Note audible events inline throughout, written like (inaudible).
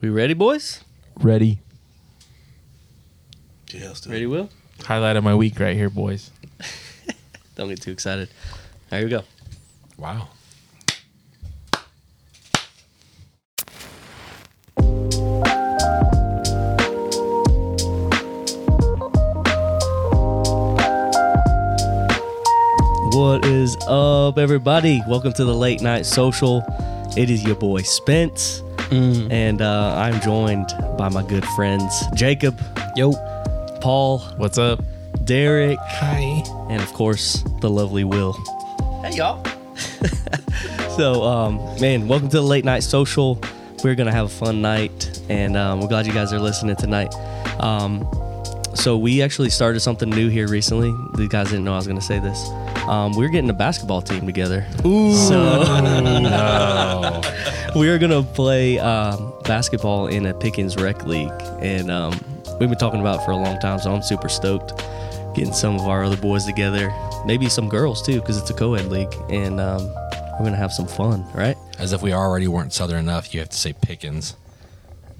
We ready, boys? Ready. Yes, dude. Ready, Will? Highlight of my week right here, boys. Don't get too excited. All right, Here we go. Wow. What is up, everybody? Welcome to the Late Night Social. It is your boy Spence, and uh, I'm joined by my good friends Jacob, Yo. Paul, What's up? Derek, Hi. and of course the lovely Will. Hey y'all. (laughs) so um, man, welcome to the late night social. We're gonna have a fun night, and um, we're glad you guys are listening tonight. Um, so we actually started something new here recently. These guys didn't know I was gonna say this. Um, we're getting a basketball team together. Ooh. (laughs) Oh. we are gonna play um, basketball in a Pickens Rec League, and um, we've been talking about it for a long time. So I'm super stoked getting some of our other boys together, maybe some girls too, because it's a co-ed league, and um, we're gonna have some fun, right? As if we already weren't Southern enough, you have to say Pickens.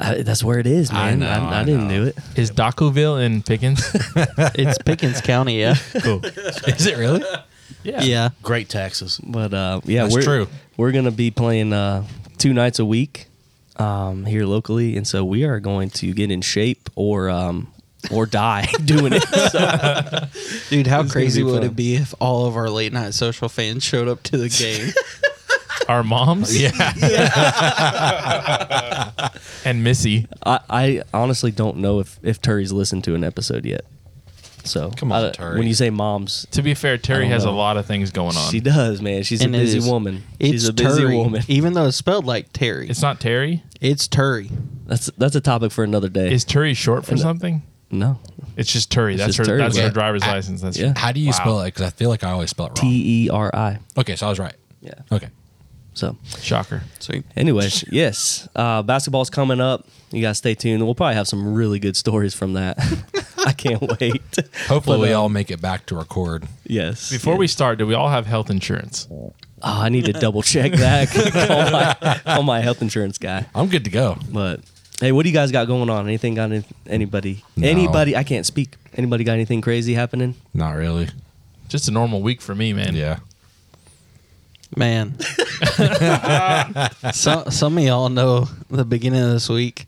I, Uh, that's where it is, I man. know, I didn't know. do it. Is Docoville in Pickens? (laughs) It's Pickens County, yeah. cool. (laughs) Is it really? Yeah. (laughs) Yeah. Great taxes. But uh, yeah, That's we're true. we're gonna be playing uh, two nights a week um, here locally, and so we are going to get in shape or um, or die (laughs) doing it. So, Dude, how gonna crazy be would fun. it be if all of our late night social fans showed (laughs) up to the game? Our moms Yeah. (laughs) and Missy. I, I honestly don't know if if Turry's listened to an episode yet. So Come on, I- Turi. When you say moms, To be fair, Terry don't has know. a lot of things going on. She does, man. She's And a it busy is- woman. It's She's a busy Turry, woman. Even though it's spelled like Terry. it's It's, not Terry. Terry. That's that's a topic for another day. Is Terry short for something? no. It's just Terry. that's just her. Terry. That's Yeah. her driver's I- license. That's Yeah. How do you Wow. spell it? Because I feel like I always spell it wrong. T E R I. okay, so I was right. Yeah. Okay. So, shocker. Sweet. anyways, yes, uh, basketball's coming up. You guys stay tuned. We'll probably have some really good stories from that. (laughs) I can't wait. Hopefully, But, we uh, all make it back to record. Yes. Before we start, do we all have health insurance? Oh, I need to double check that. (laughs) call, my, call my health insurance guy. I'm good to go. But hey, what do you guys got going on? Anything got any, anybody? No. Anybody? I can't speak. Anybody got anything crazy happening? Not really. Just a normal week for me, man. Yeah. Man. (laughs) some some of y'all know the beginning of this week.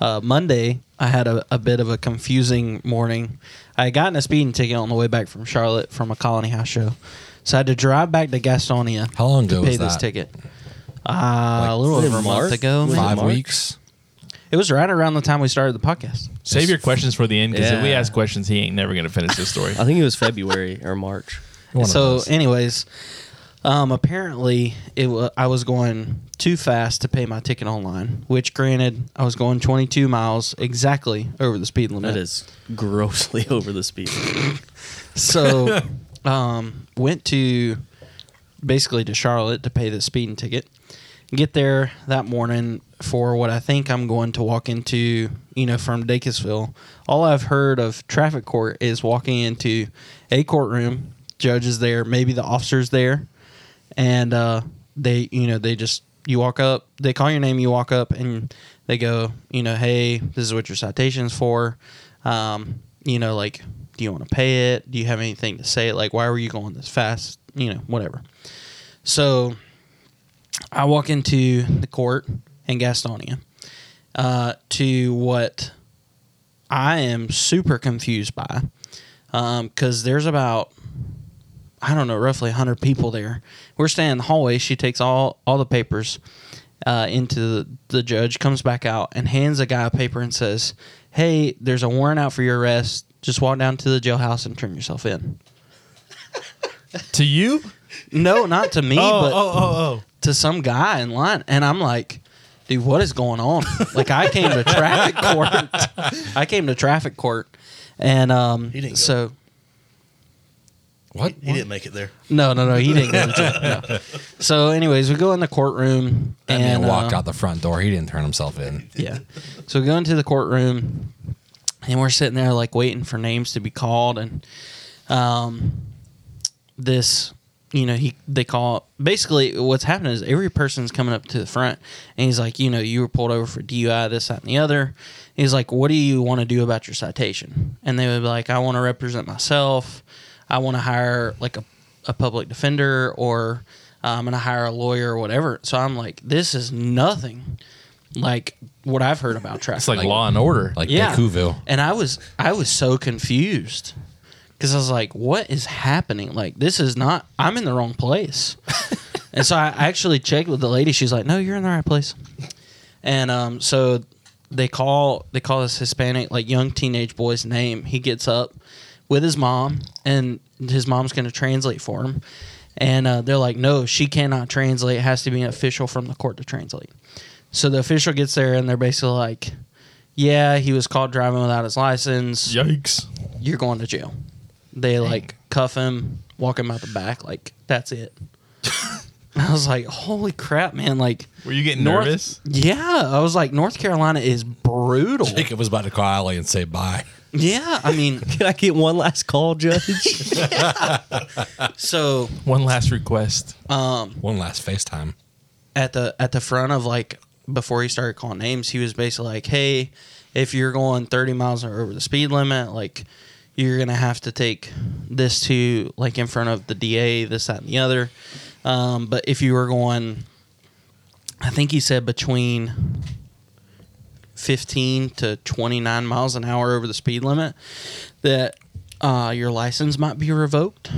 Uh, Monday, I had a, a bit of a confusing morning. I had gotten a speeding ticket on the way back from Charlotte from a Colony House show. So I had to drive back to Gastonia How long ago to was pay this that? ticket. Uh, a little was it over a March? month ago. Was it maybe. Five March? weeks. It was right around the time we started the podcast. Save your questions for the end because if we Yeah. ask questions, he ain't never gonna finish this story. (laughs) I think it was February or March. One of so, those. anyways, um, apparently it wa I was going too fast to pay my ticket online. Which, granted, I was going 22 miles exactly over the speed limit. That is grossly (laughs) over the speed. (laughs) So, um, went to basically to Charlotte to pay the speeding ticket. Get there that morning for what I think I'm going to walk into, you know, from Dacusville. All I've heard of traffic court is walking into a courtroom, judge is there, maybe the officer's there, and uh, they, you know, they just you walk up, they call your name, you walk up, and they go, you know, hey, this is what your citation's for. Um, you know, like, do you want to pay it? Do you have anything to say? Like, why were you going this fast? You know, whatever. So I walk into the court in Gastonia uh, to what I am super confused by because there's about I don't know roughly 100 people there. We're standing in the hallway. She takes all all the papers uh, into the, the judge, comes back out and hands a guy a paper and says, "Hey, there's a warrant out for your arrest. Just walk down to the jailhouse and turn yourself in." to you? No, not to me, but (laughs) oh, oh. to some guy in line, and I'm like, dude, what is going on? like, I came to traffic court. (laughs) I came to traffic court, and um, He didn't go. so what? He didn't make it there. no, no, no, he didn't go. To jail, (laughs) no. So, anyways, we go in the courtroom, That and man walked uh, out the front door. He didn't turn himself in. yeah. So we go into the courtroom, and we're sitting there like waiting for names to be called, and um, this you know, he they call basically what's happening is every person's coming up to the front and he's like, you know, you were pulled over for DUI, this, that, and the other. He's like, what do you want to do about your citation? And they would be like, I want to represent myself. I want to hire like a, a public defender or I'm going to hire a lawyer or whatever. So I'm like, this is nothing like what I've heard about traffic. It's like, Law and Order. Like Yeah. Bakuville. And I was I was so confused because I was like, "What is happening? Like this is not. I'm in the wrong place." and so I actually checked with the lady. She's like, "No, you're in the right place." And um, so they call they call this Hispanic like young teenage boy's name. He gets up with his mom, and his mom's going to translate for him. And uh, they're like, "No, she cannot translate. It has to be an official from the court to translate." So the official gets there, and they're basically like, "Yeah, he was caught driving without his license. Yikes. You're going to jail." They like cuff him, walk him out the back, like that's it. I was like, "Holy crap, man!" Like. Were you getting North- nervous? Yeah, I was like, North Carolina is brutal. Jacob was about to call Allie and say bye. (laughs) Yeah, I mean, Can I get one last call, Judge? so One last request. One last FaceTime. at the at the front of like before he started calling names, he was basically like, "Hey, if you're going 30 miles or over the speed limit, like you're gonna have to take this to like in front of the DA, this, that, and the other. Um, but if you were going, I think he said between 15 to 29 miles an hour over the speed limit, that uh, your license might be revoked.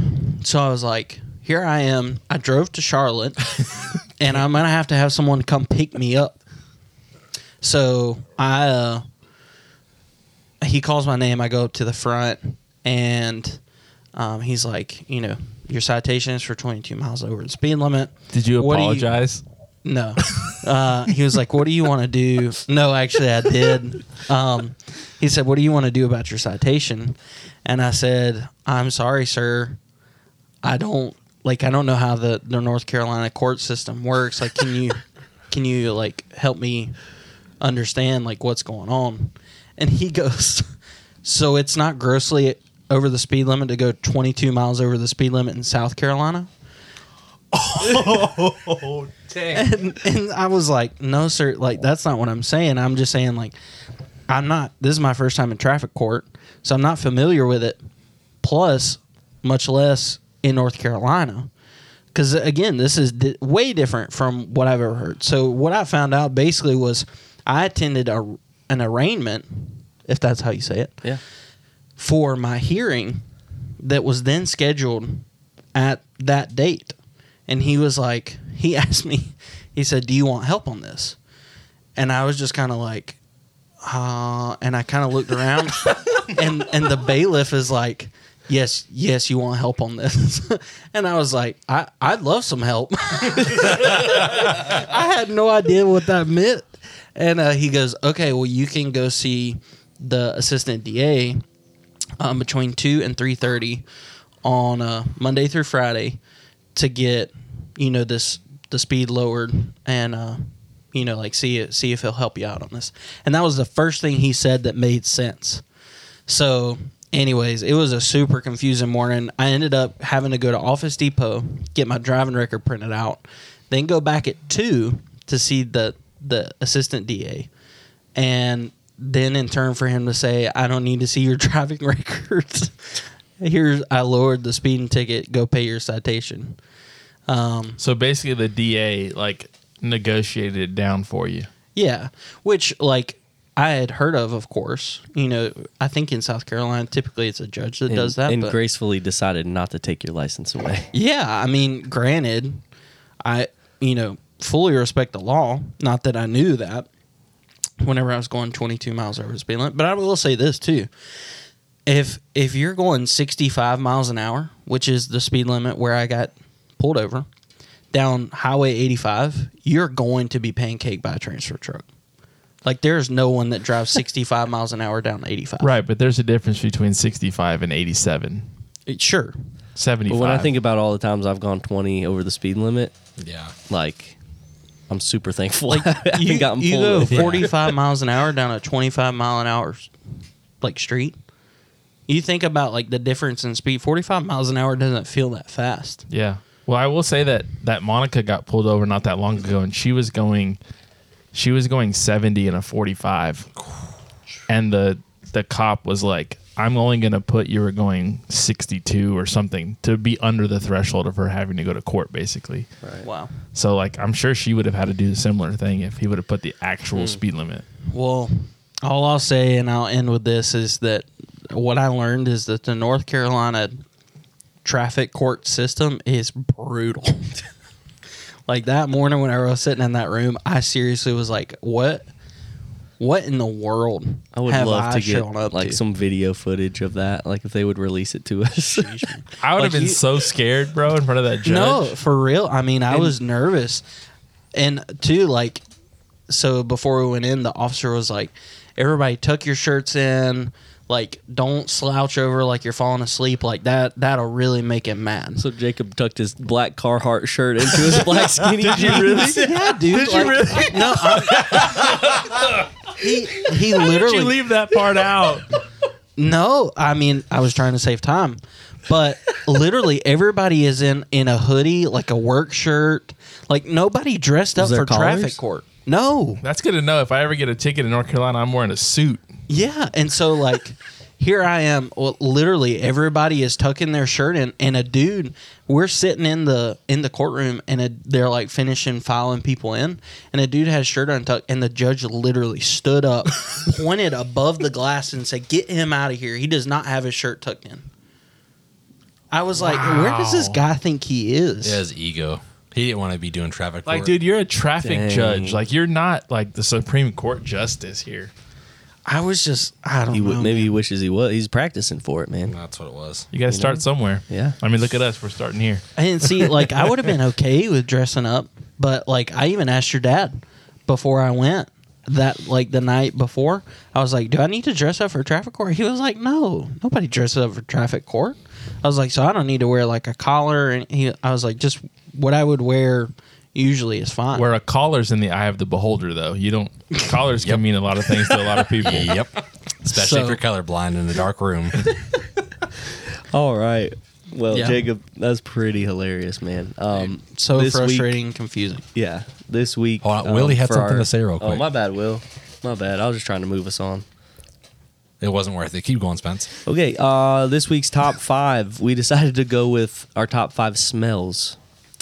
So I was like, here I am. I drove (laughs) to Charlotte, and I'm gonna have to have someone come pick me up. So I, uh, he calls my name. I go up to the front, and um, he's like, you know, your citation is for 22 miles over the speed limit. Did you What do you- apologize? No. Uh, he was like, What do you want to do? No, actually, I did. Um, he said, What do you want to do about your citation? And I said, I'm sorry, sir. I don't like I don't know how the, the North Carolina court system works. Like can you can you like help me understand like what's going on? And he goes, So it's not grossly over the speed limit to go twenty two miles over the speed limit in South Carolina? and, and I was like, no, sir, like that's not what I'm saying. I'm just saying like I'm not this is my first time in traffic court, so I'm not familiar with it. Plus, much less in North Carolina. Cuz again, this is di- way different from what I've ever heard. So what I found out basically was I attended a, an arraignment, if that's how you say it (laughs) yeah. for my hearing that was then scheduled at that date. And he was like, he (laughs) asked me, he said, Do you want help on this? And I was just kind of like, uh, and I kind of looked around, and and the bailiff is like, "Yes, yes, you want help on this?" (laughs) and I was like, "I I'd love some help." (laughs) I had no idea what that meant. And uh, he goes, okay, well, you can go see the assistant DA um, between two and three thirty on uh, Monday through Friday to get you know this the speed lowered and uh, you know like see it, see if he'll help you out on this. And that was the first thing he said that made sense. So, anyways, it was a super confusing morning. I ended up having to go to Office Depot, get my driving record printed out, then go back at two to see the the assistant DA, and then in turn for him to say, "I don't need to see your (laughs) driving records. Here's I lowered the speeding ticket. Go pay your citation." So basically, the DA like negotiated it down for you. Yeah, which like I had heard of, of course. You know, I think in South Carolina, typically it's a judge that And, does that. and but- gracefully decided not to take your license away. Yeah, I mean, granted, I you know fully respect the law. Not that I knew that whenever I was going 22 miles over the speed limit, but I will say this too: if if you're going 65 miles an hour, which is the speed limit where I got pulled over down Highway 85, you're going to be pancaked by a transfer truck. Like there's no one that drives 65 miles an hour down 85. Right, but there's a difference between 65 and 87. Sure. 75. But when I think about all the times I've gone 20 over the speed limit, Yeah. like I'm super thankful. (laughs) I haven't you, gotten you pulled go over. 45 miles an hour down a 25 mile an hour like street you think about like the difference in speed 45 miles an hour doesn't feel that fast yeah. Well, I will say that that Monica got pulled over not that long ago, and she was going, she was going seventy in a forty-five, and the the cop was like, "I'm only going to put you were going sixty-two or something to be under the threshold of her having to go to court, basically." Wow. So, like, I'm sure she would have had to do a similar thing if he would have put the Hmm. actual speed limit. Well, all I'll say, and I'll end with this, is that what I learned is that the North Carolina traffic court system is brutal. (laughs) like that morning when I was sitting in that room, I seriously was like, "What? What in the world?" I would have love I to get shown up like to? (laughs) some video footage of that. Like if they would release it to us. (laughs) I would Like have been you- so scared, bro, in front of that judge. No, for real. I mean, I was nervous. And too, like, so before we went in, the officer was like, everybody tuck your shirts in. Like, don't slouch over like you're falling asleep. Like, that, that'll really make him mad. so Jacob tucked his black Carhartt shirt into his (laughs) black skinny Did jeans. (laughs) yeah, dude. like- No. I- he, he literally. Did you leave that part out? No, I mean I was trying to save time, but literally everybody is in in a hoodie, like a work shirt, like nobody dressed up there for collars? traffic court. No, That's good to know. If I ever get a ticket in North Carolina, I'm wearing a suit. yeah, and so like here I am. Well, literally everybody is tucking their shirt in, and a dude. We're sitting in the in the courtroom, and a, they're like finishing filing people in, and a dude has shirt untucked, and the judge literally (laughs) stood up, pointed above the glass, and said, "Get him out of here. He does not have his shirt tucked in." I was like, "Where does this Wow. guy think he is?" Yeah, his ego. He didn't want to be doing traffic. Like, court. dude, you're a traffic Dang. judge. Like, you're not like the Supreme Court justice here. I was just, I don't He know. would, maybe he wishes he was. He's practicing for it, man. that's what it was. You got to start somewhere. Yeah. I mean, look at us. We're starting here. I didn't (laughs) see like I would have been okay with dressing up, but like I even asked your dad before I went that like the night before. I was like, "Do I need to dress up for traffic court?" He was like, "No, nobody dresses up for traffic court." I was like, "So I don't need to wear like a collar." And he, I was like, "Just what I would wear usually is fine." Where a collar's in the eye of the beholder, though. You don't, collars can mean a lot of things to (laughs) a lot of people. Yep. Especially So- if you're colorblind in a dark (laughs) room. All right. Well, Yeah. Jacob, that's pretty hilarious, man. Um, so this week- frustrating, and confusing. yeah, this week. um, Hold on, Willie had for something to say real Oh, quick. my bad, Will. My bad. I was just trying to move us on. it wasn't worth it. Keep going, Spence. Okay, uh, this week's top five. We decided to go with our top five smells.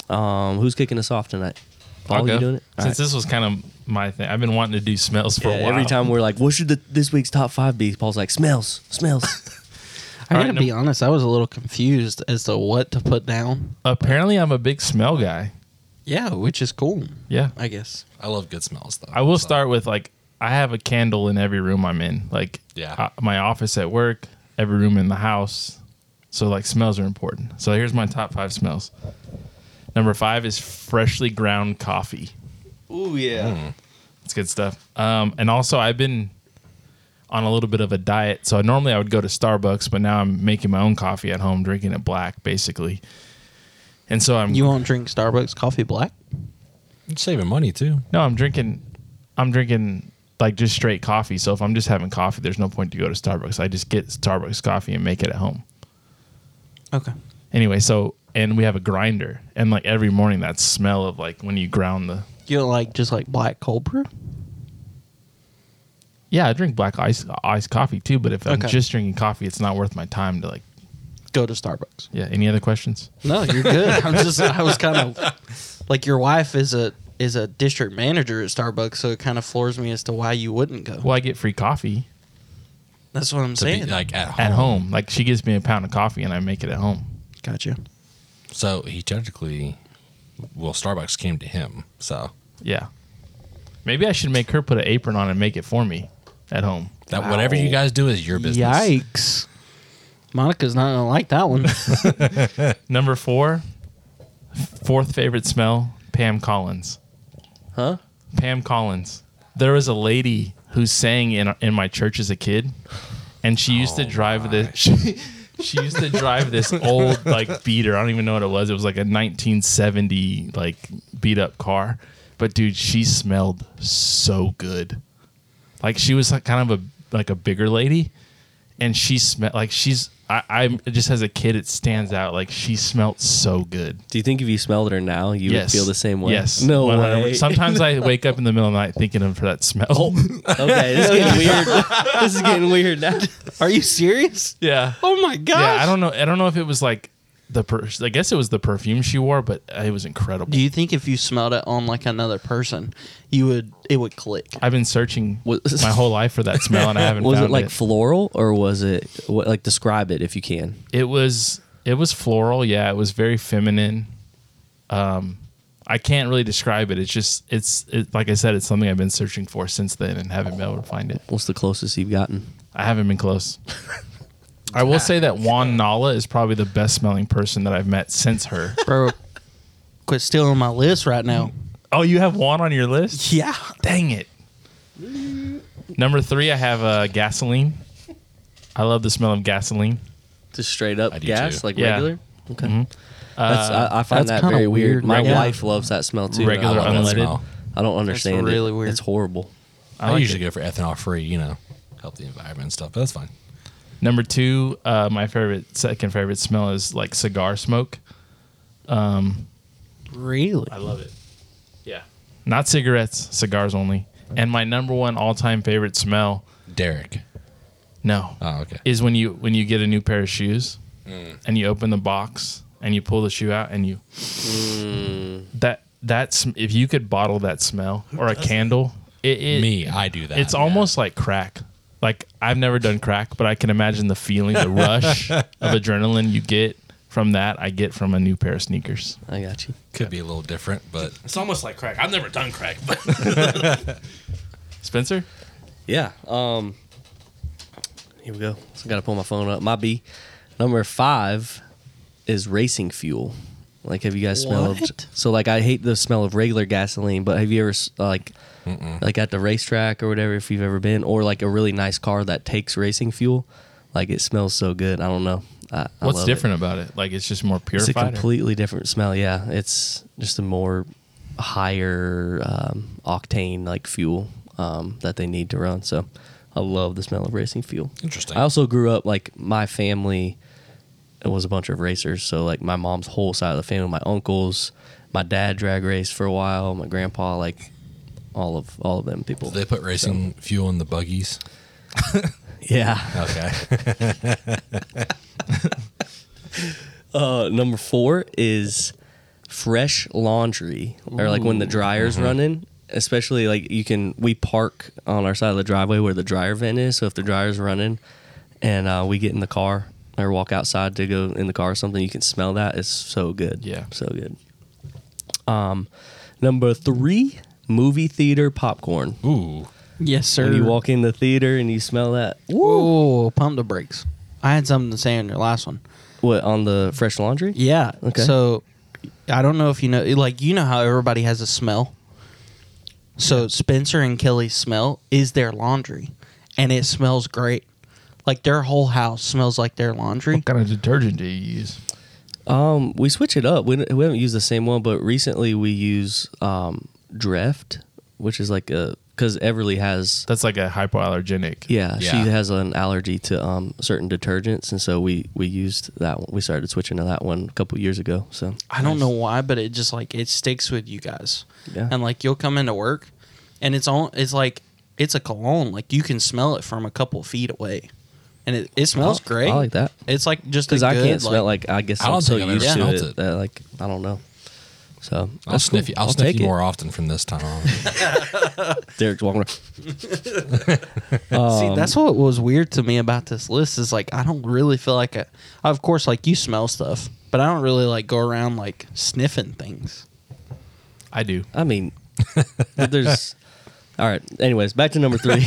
Um, who's kicking us off tonight? Paul, I'll go. you doing it? All Since right. this was kind of my thing, I've been wanting to do smells for Yeah, a while. every time we're like, what should the, this week's top five be? Paul's like, smells, (laughs) smells. I All gotta right, be no- honest. I was a little confused as to what to put down. Apparently, I'm a big smell guy. Yeah, which is cool, Yeah. I guess. I love good smells though. I will So, start with like I have a candle in every room I'm in, like Yeah. uh, my office at work, every room in the house. So like smells are important. So here's my top five smells. Number five is freshly ground coffee. Ooh, Hmm. yeah. It's good stuff. Um, and also I've been on a little bit of a diet, so normally I would go to Starbucks, but now I'm making my own coffee at home, drinking it black, basically. And so I'm You won't drink Starbucks coffee black? You're saving money too. No, I'm drinking. I'm drinking like just straight coffee. So if I'm just having coffee, there's no point to go to Starbucks. I just get Starbucks coffee and make it at home. Okay. Anyway, so and we have a grinder, and like every morning, that smell of like when you ground the. You don't like just like black cold brew? Yeah, I drink black ice iced coffee too, but if I'm Okay. just drinking coffee, it's not worth my time to like. Go to Starbucks. Yeah. Any other questions? No, you're good. (laughs) I'm just I was kind of like your wife is a is a district manager at Starbucks, so it kind of floors me as to why you wouldn't go. Well, I get free coffee That's what I'm To be saying. like at home. at home. Like she gives me a pound of coffee, and I make it at home. gotcha. So he technically, well, Starbucks came to him. So Yeah. Maybe I should make her put an apron on and make it for me at home. that whatever you guys do is your business. Yikes. Monica's not gonna like that one. Number four, fourth favorite smell, Pam Collins. Huh? Pam Collins. There was a lady who sang in in my church as a kid, and she used to drive this. (laughs) She, she used to drive this old like beater. I don't even know what it was. It was like a 1970 like beat up car, but dude, she smelled so good. Like she was like kind of a like a bigger lady, and she smelled like she's. I, I just as a kid, it stands out. Like she smelled so good. Do you think if you smelled her now, you would feel the same way? Yes. No 100. way. Sometimes (laughs) I wake up in the middle of the night thinking of her that Oh. smell. okay, this is getting weird. this is getting weird (laughs) now. Are you serious? (laughs) yeah. Oh my gosh. Yeah. I don't know. I don't know if it was like the. Per- I guess it was the perfume she wore, but it was incredible. Do you think if you smelled it on like another person, you would it would click? I've been searching Was- my whole life for that (laughs) smell, and I haven't Was found it like it. floral or was it what, like describe it if you can? it was it was floral yeah it was very feminine um i can't really describe it it's just it's it, like i said it's something i've been searching for since then and haven't been able to find it What's the closest you've gotten? i haven't been (laughs) close i will say that juan nala is probably the best smelling person that i've met since her Bro, quit stealing my list right now. (laughs) oh you have juan on your list Yeah. dang it number three i have uh gasoline i love the smell of gasoline Just straight up I do gas, too. like Yeah. Mm-hmm. regular. Okay, Uh, that's, I, I find that's that kinda very weird. weird. My Regular- wife loves that smell too. and I Regular love that unleaded. smell. I don't understand. it. really weird. It's horrible. I, like usually it. go for ethanol free, you know, help the environment and stuff, but that's fine. Number two, uh, my favorite, second favorite smell is like cigar smoke. Really? I love it. Yeah. Not cigarettes, cigars only. And my number one all time favorite smell, Derek. no, Oh, okay. is when you when you get a new pair of shoes Mm. and you open the box and you pull the shoe out and you Mm. that that's if you could bottle that smell or a candle, it, it Me, I do that. it's yeah. almost like crack. Like I've never done crack, but I can imagine the feeling, (laughs) the rush of adrenaline you get from that. I get from a new pair of sneakers. I got you. could be a little different, but It's almost like crack. I've never done crack, but (laughs) Spencer, Yeah. Um. Here we go. So I gotta pull my phone up. My B number five is racing fuel. Like, have you guys smelled? What? So, like, I hate the smell of regular gasoline, but have you ever s- like, like at the racetrack or whatever, if you've ever been, or like a really nice car that takes racing fuel, like it smells so good. I don't know. I, I what's love it. different about it? Like it's just more It's a purified. or- completely different smell. Yeah, it's just a more higher um, octane like fuel um, that they need to run. So I love the smell of racing fuel. Interesting. I also grew up like my family it was a bunch of racers. So like my mom's whole side of the family, my uncles, my dad drag raced for a while, my grandpa like all of all of them people. they put racing fuel in the buggies. yeah. Okay. Uh, number four is fresh laundry, or like when the dryer's running. Especially like you can, we park on our side of the driveway where the dryer vent is. So if the dryer's running, and uh, we get in the car or walk outside to go in the car or something, you can smell that. It's so good. Yeah. so good. Um, number three, movie theater popcorn. Ooh. Yes, sir. When you walk in the theater and you smell that, Whoa, pump the brakes. I had something to say on your last one. what on the fresh laundry? Yeah. Okay. So I don't know if you know like you know how everybody has a smell. So Spencer and Kelly's smell is their laundry and it smells great. Like their whole house smells like their laundry. What kind of detergent do you use? Um, we switch it up. We, we haven't used the same one, but recently we use um, Dreft, which is like a because Everly has That's like a hypoallergenic. yeah, Yeah. she has an allergy to um, certain detergents, and so we we used that one. We started switching to that one a couple years ago. So I don't know why, but it just like it sticks with you guys. Yeah. And like you'll come into work and it's all it's like it's a cologne. Like you can smell it from a couple feet away. And it, it smells great. Oh, I like that It's like just because a I good, can't smell like I guess I I am don't so think I've ever used to smelt it, it. that, like I don't know. So I'll that's sniff cool. you. I'll, sniff take you it. more often from this time on. Derek's walking around. Um, See, that's what was weird to me about this list is like I don't really feel like I, of course, like you smell stuff, but I don't really like go around like sniffing things. I do. I mean, but there's. All right. Anyways, back to number three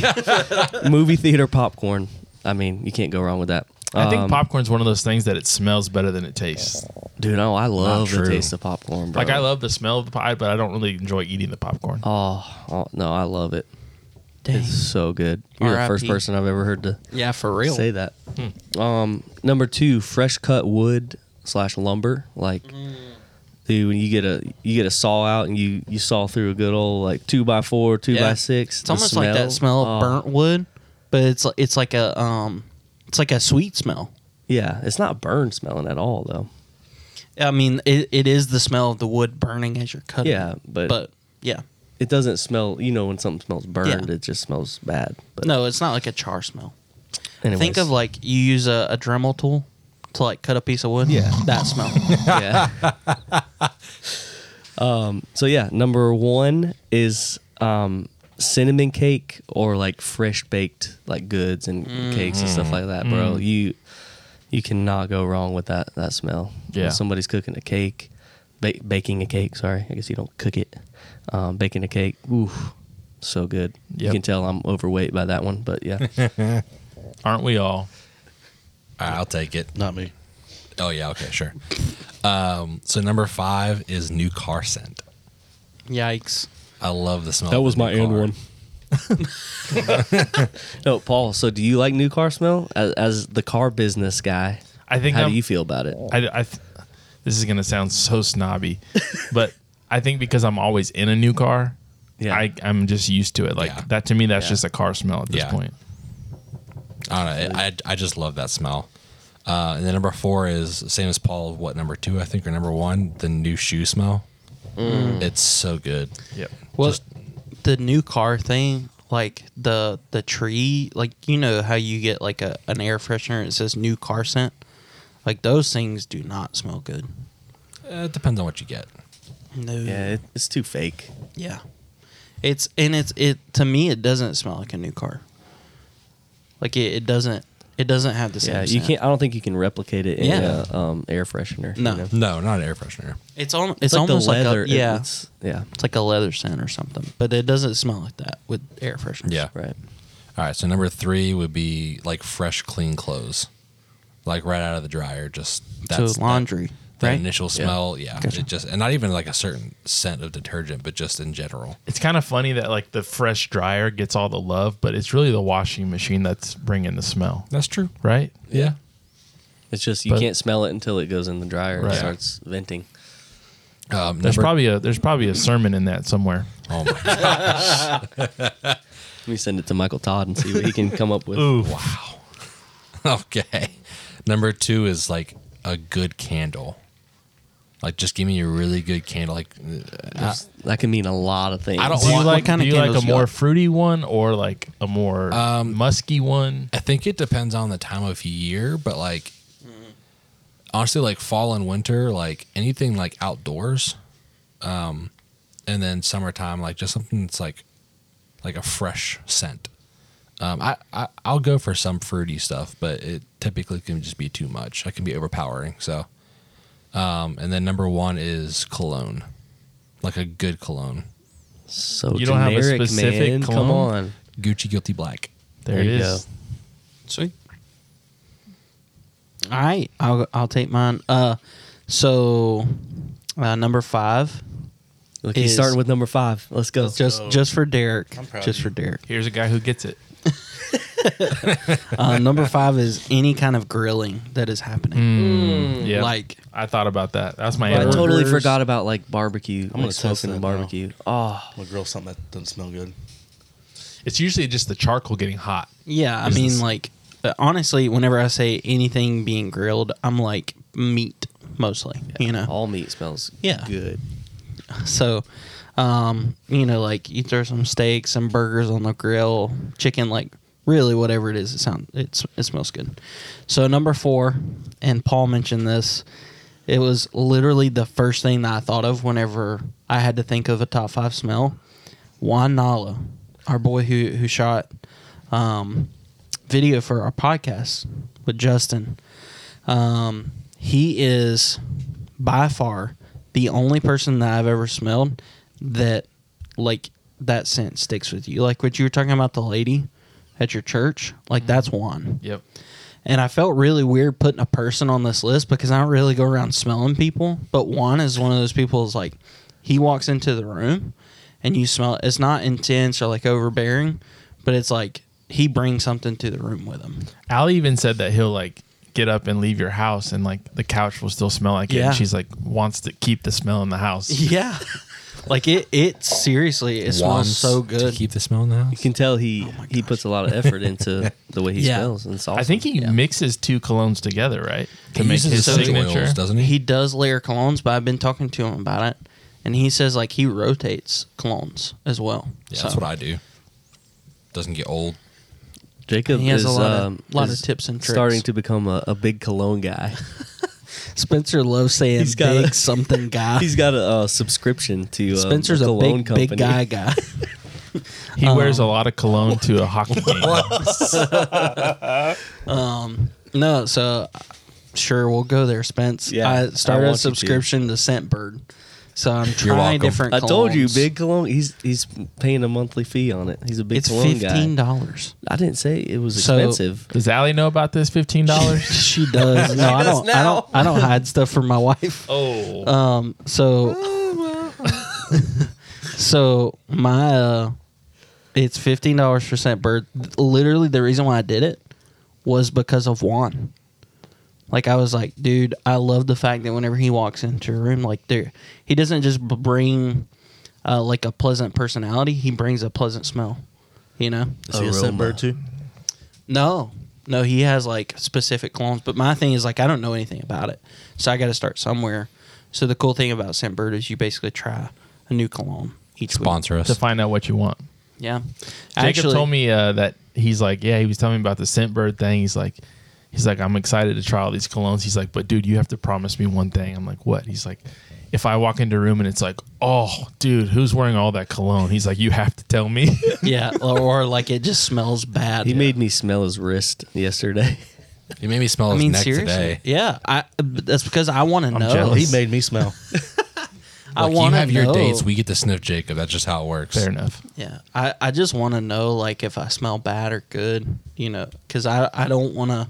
movie theater popcorn. I mean, you can't go wrong with that. I think Um, popcorn's one of those things that it smells better than it tastes. Dude, oh, I love the true. taste of popcorn, bro. Like I love the smell of the pie, but I don't really enjoy eating the popcorn. Oh, oh, no, I love it. Dang. It's so good. You're the first RIP. person I've ever heard to Yeah, for real. say that. Um, number two, fresh cut wood slash lumber. Like, dude, when you get a you get a saw out and you you saw through a good old like two by four, two Yeah. by six. It's the uh, almost like that smell of oh. burnt wood, but it's it's like a um It's like a sweet smell. Yeah, it's not burn smelling at all though. I mean, it, it is the smell of the wood burning as you're cutting. Yeah, but- but yeah, It doesn't smell. You know when something smells burned, Yeah. it just smells bad. But no, it's not like a char smell. anyways. Think of like you use a, a Dremel tool to like cut a piece of wood. Yeah, that (laughs) smell. yeah. (laughs) um, so yeah, number one is um, cinnamon cake or like fresh baked like goods and Mm-hmm. cakes and stuff like that, bro. Mm. You you cannot go wrong with that that smell. When Yeah. somebody's cooking a cake, ba- baking a cake. Sorry, I guess you don't cook it. Um, baking a cake, ooh, so good. You Yep. can tell I'm overweight by that one, but yeah, Aren't we all? I'll take it. Not me. Oh yeah, okay, sure. Um, so number five is new car scent. Yikes. I love Oh, the smell. That of was a new my end car. one. (laughs) no, Paul. So do you like new car smell as, as the car business guy? I think How I'm, do you feel about it? I, I th- this is gonna sound so (laughs) snobby, but I think because I'm always in a new car, Yeah. I, I'm just used to it. Like Yeah. that to me, that's Yeah. just a car smell at this Yeah. point. I don't know. I, I just love that smell. Uh, and then number four is same as Paul. What number two? I think or number one? The new shoe smell. It's so good. Yep. Well, Just- the new car thing, like the the tree, like you know how you get like a an air freshener and it says new car scent, like those things do not smell good. Uh, it depends on what you get. No. Yeah, it, it's too fake. Yeah. It's and it's it to me it doesn't smell like a new car. Like it, it doesn't it doesn't have the same. Yeah, you scent. can't. I don't think you can replicate it in Yeah. a, um, air freshener. you No. know? It's No, not an air freshener. It's al- it's, almost like, a it- yeah. It's, it's, yeah, like a leather scent or something, but it doesn't smell like that with air fresheners. Yeah. right. All right. So number three would be like fresh, clean clothes, like right out of the dryer. Just So laundry, That, right? initial smell. Yeah. Gotcha. It just and not even like a certain scent of detergent, but just in general. It's kind of funny that like the fresh dryer gets all the love, but it's really the washing machine that's bringing the smell, That's true. right? Yeah. It's just you But- can't smell it until it goes in the dryer and Right. starts venting. Um, There's number- probably a there's probably a sermon in that somewhere. Oh my god. Let me send it to Michael Todd and see what he can come up with. Wow. (laughs) Okay. Number two is like a good candle. Like, just give me a really good candle. Like, uh, That can mean a lot of things. I don't Do you What- like what kind do of you like a candles you more like? Um, fruity one or like a more musky one? I think it depends on the time of year, but like, honestly, like fall and winter, like anything like outdoors, um, and then summertime, like just something that's like, like a fresh scent. Um, I, I I'll go for some fruity stuff, but it typically can just be too much. It can be overpowering. So, um, and then number one is cologne, like a good cologne, so You don't have a generic, specific man. cologne? Come on. Gucci Guilty Black. There, There it you is. go. Sweet. All right, I'll I'll take mine. Uh, so uh, number five, Look, he's Is- starting with number five. Let's go. just just for Derek, I'm proud of just you. for (laughs) Derek. Here's a guy who gets it. Uh, number five is any kind of grilling that is happening. Mm, Hmm. Mm, Yeah. Like I thought about that. That's my I answer. totally burgers. forgot about like barbecue. I'm gonna like test smoking that and now. barbecue. Oh, I'm gonna grill something that doesn't smell good. It's usually just the charcoal getting hot. yeah, I Is mean this- like uh, honestly, whenever I say anything being grilled, I'm like meat mostly. You know, all meat smells Yeah. good. So, um, you know, like you throw some steaks, some burgers on the grill, chicken, like really whatever it is, it sounds it's it smells good. So number four, and Paul mentioned this, it was literally the first thing that I thought of whenever I had to think of a top five smell. Juan Nala, our boy who who shot um, video for our podcast with Justin. Um, he is by far the only person that I've ever smelled that like that scent sticks with you. Like what you were talking about the lady at your church, like that's one. Yep. And I felt really weird putting a person on this list because I don't really go around smelling people. But Juan is one of those people is like he walks into the room and you smell it's not intense or like overbearing, but it's like he brings something to the room with him. Al even said that he'll like get up and leave your house and like the couch will still smell like it. Yeah. And she's like wants to keep the smell in the house. (laughs) Yeah. Like it, it seriously, it smells Wands so To good. keep the smell in the You house. can tell he he puts a lot of effort into the way he Yeah. smells and sauce. I think he mixes two colognes together, right? To He make uses his essential signature. oils, doesn't he? He does layer colognes, but I've been talking to him about it, and he says like he rotates colognes as well. yeah, So that's what I do. Doesn't get old. Jacob He is has a lot of- um, lot of is tips and tricks. starting to become a, a big cologne guy. (laughs) Spencer loves saying He's got big (laughs) a- something guy. He's got a, uh subscription to um, Spencer's a a cologne big company. big guy guy. He Uh-huh. wears a lot of cologne to a hockey (laughs) game. (laughs) no, so uh, sure we'll go there, Spence. Yeah, I I started a want you to. subscription to Scentbird, so I'm trying welcome. different. (laughs) I told you, colognes. big cologne. He's he's paying a monthly fee on it. He's a big It's cologne fifteen guy. dollars. I didn't say it was So- expensive. Does Allie know about this fifteen dollars? (laughs) She does. No, I does don't. I don't. I don't hide stuff from my wife. (laughs) oh, Um. So. so my, uh, it's fifteen dollars for scent bird. Literally, the reason why I did it was because of Juan. Like I was like, dude, I love the fact that whenever he walks into a room, like there, he doesn't just b- bring, uh, like a pleasant personality. He brings a pleasant smell. You know. Is he a Aroma. scent bird too? No, no, he has like specific clones. But my thing is like I don't know anything about it, so I got to start somewhere. So the cool thing about Scent Bird is you basically try a new cologne each Sponsor to us. find out what you want. week. Yeah, Jacob told me uh, that he's like, yeah, he was telling me about the scent bird thing. He's like, he's like, I'm excited to try all these colognes. He's like, but dude, you have to promise me one thing. I'm like, what? He's like, if I walk into a room and it's like, oh, dude, who's wearing all that cologne? He's like, you have to tell me. (laughs) (laughs) Yeah, or, or, like it just smells bad. He made me smell his wrist yesterday. (laughs) It made me smell I his mean, neck seriously. today. Yeah, I. but That's because I want to know. jealous. He (laughs) made me smell. I Like, want you to have know. your dates. We get to sniff Jacob. That's just how it works. Fair enough. yeah, I, I just want to know like if I smell bad or good, you know, because I I don't want to.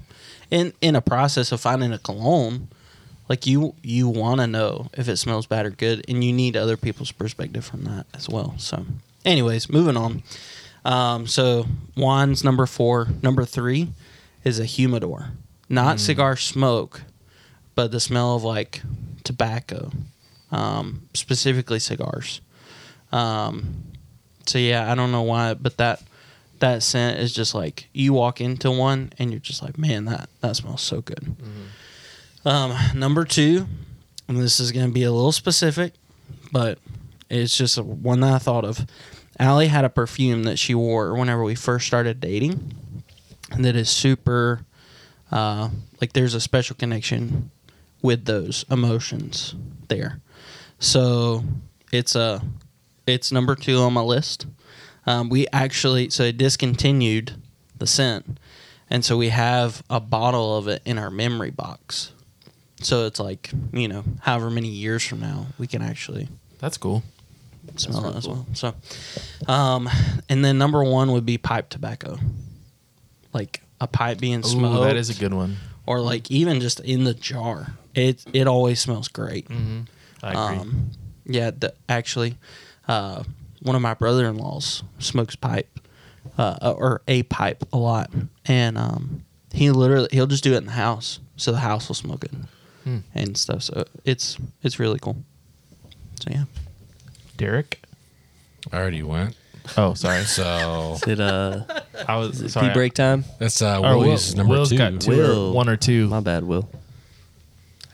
In in a process of finding a cologne, like you you want to know if it smells bad or good, and you need other people's perspective from that as well. So, anyways, moving on. Um, so Juan's number four, number three is a humidor, not cigar smoke, but the smell of like tobacco, um, specifically cigars. Um, so yeah, I don't know why, but that that scent is just like you walk into one and you're just like, man, that that smells so good. Um, number two, and this is gonna be a little specific, but it's just a- one that I thought of. Allie had a perfume that she wore whenever we first started dating, and that is super. Uh, like there's a special connection with those emotions there. So it's a it's number two on my list. Um, we actually so it discontinued the scent, and so we have a bottle of it in our memory box. So it's like you know, however many years from now, we can actually That's cool. smell it as well. So, um, and then number one would be pipe tobacco, like a pipe being smoked, Ooh, that is a good one. or like even just in the jar. It it always smells Mm. great. Mm-hmm. I agree. Um, yeah, the, actually, uh, one of my brother in laws smokes pipe, uh, or a pipe a lot, and um, he literally he'll just do it in the house, so the house will smoke it and stuff. So it's it's really cool. So yeah, Derek. I already went. Oh, sorry. So (laughs) Did (laughs) uh, I was is it sorry. pee break time? that's uh, Or Will- Willie's number Will's two. got two or Will. one or two. My bad, Will.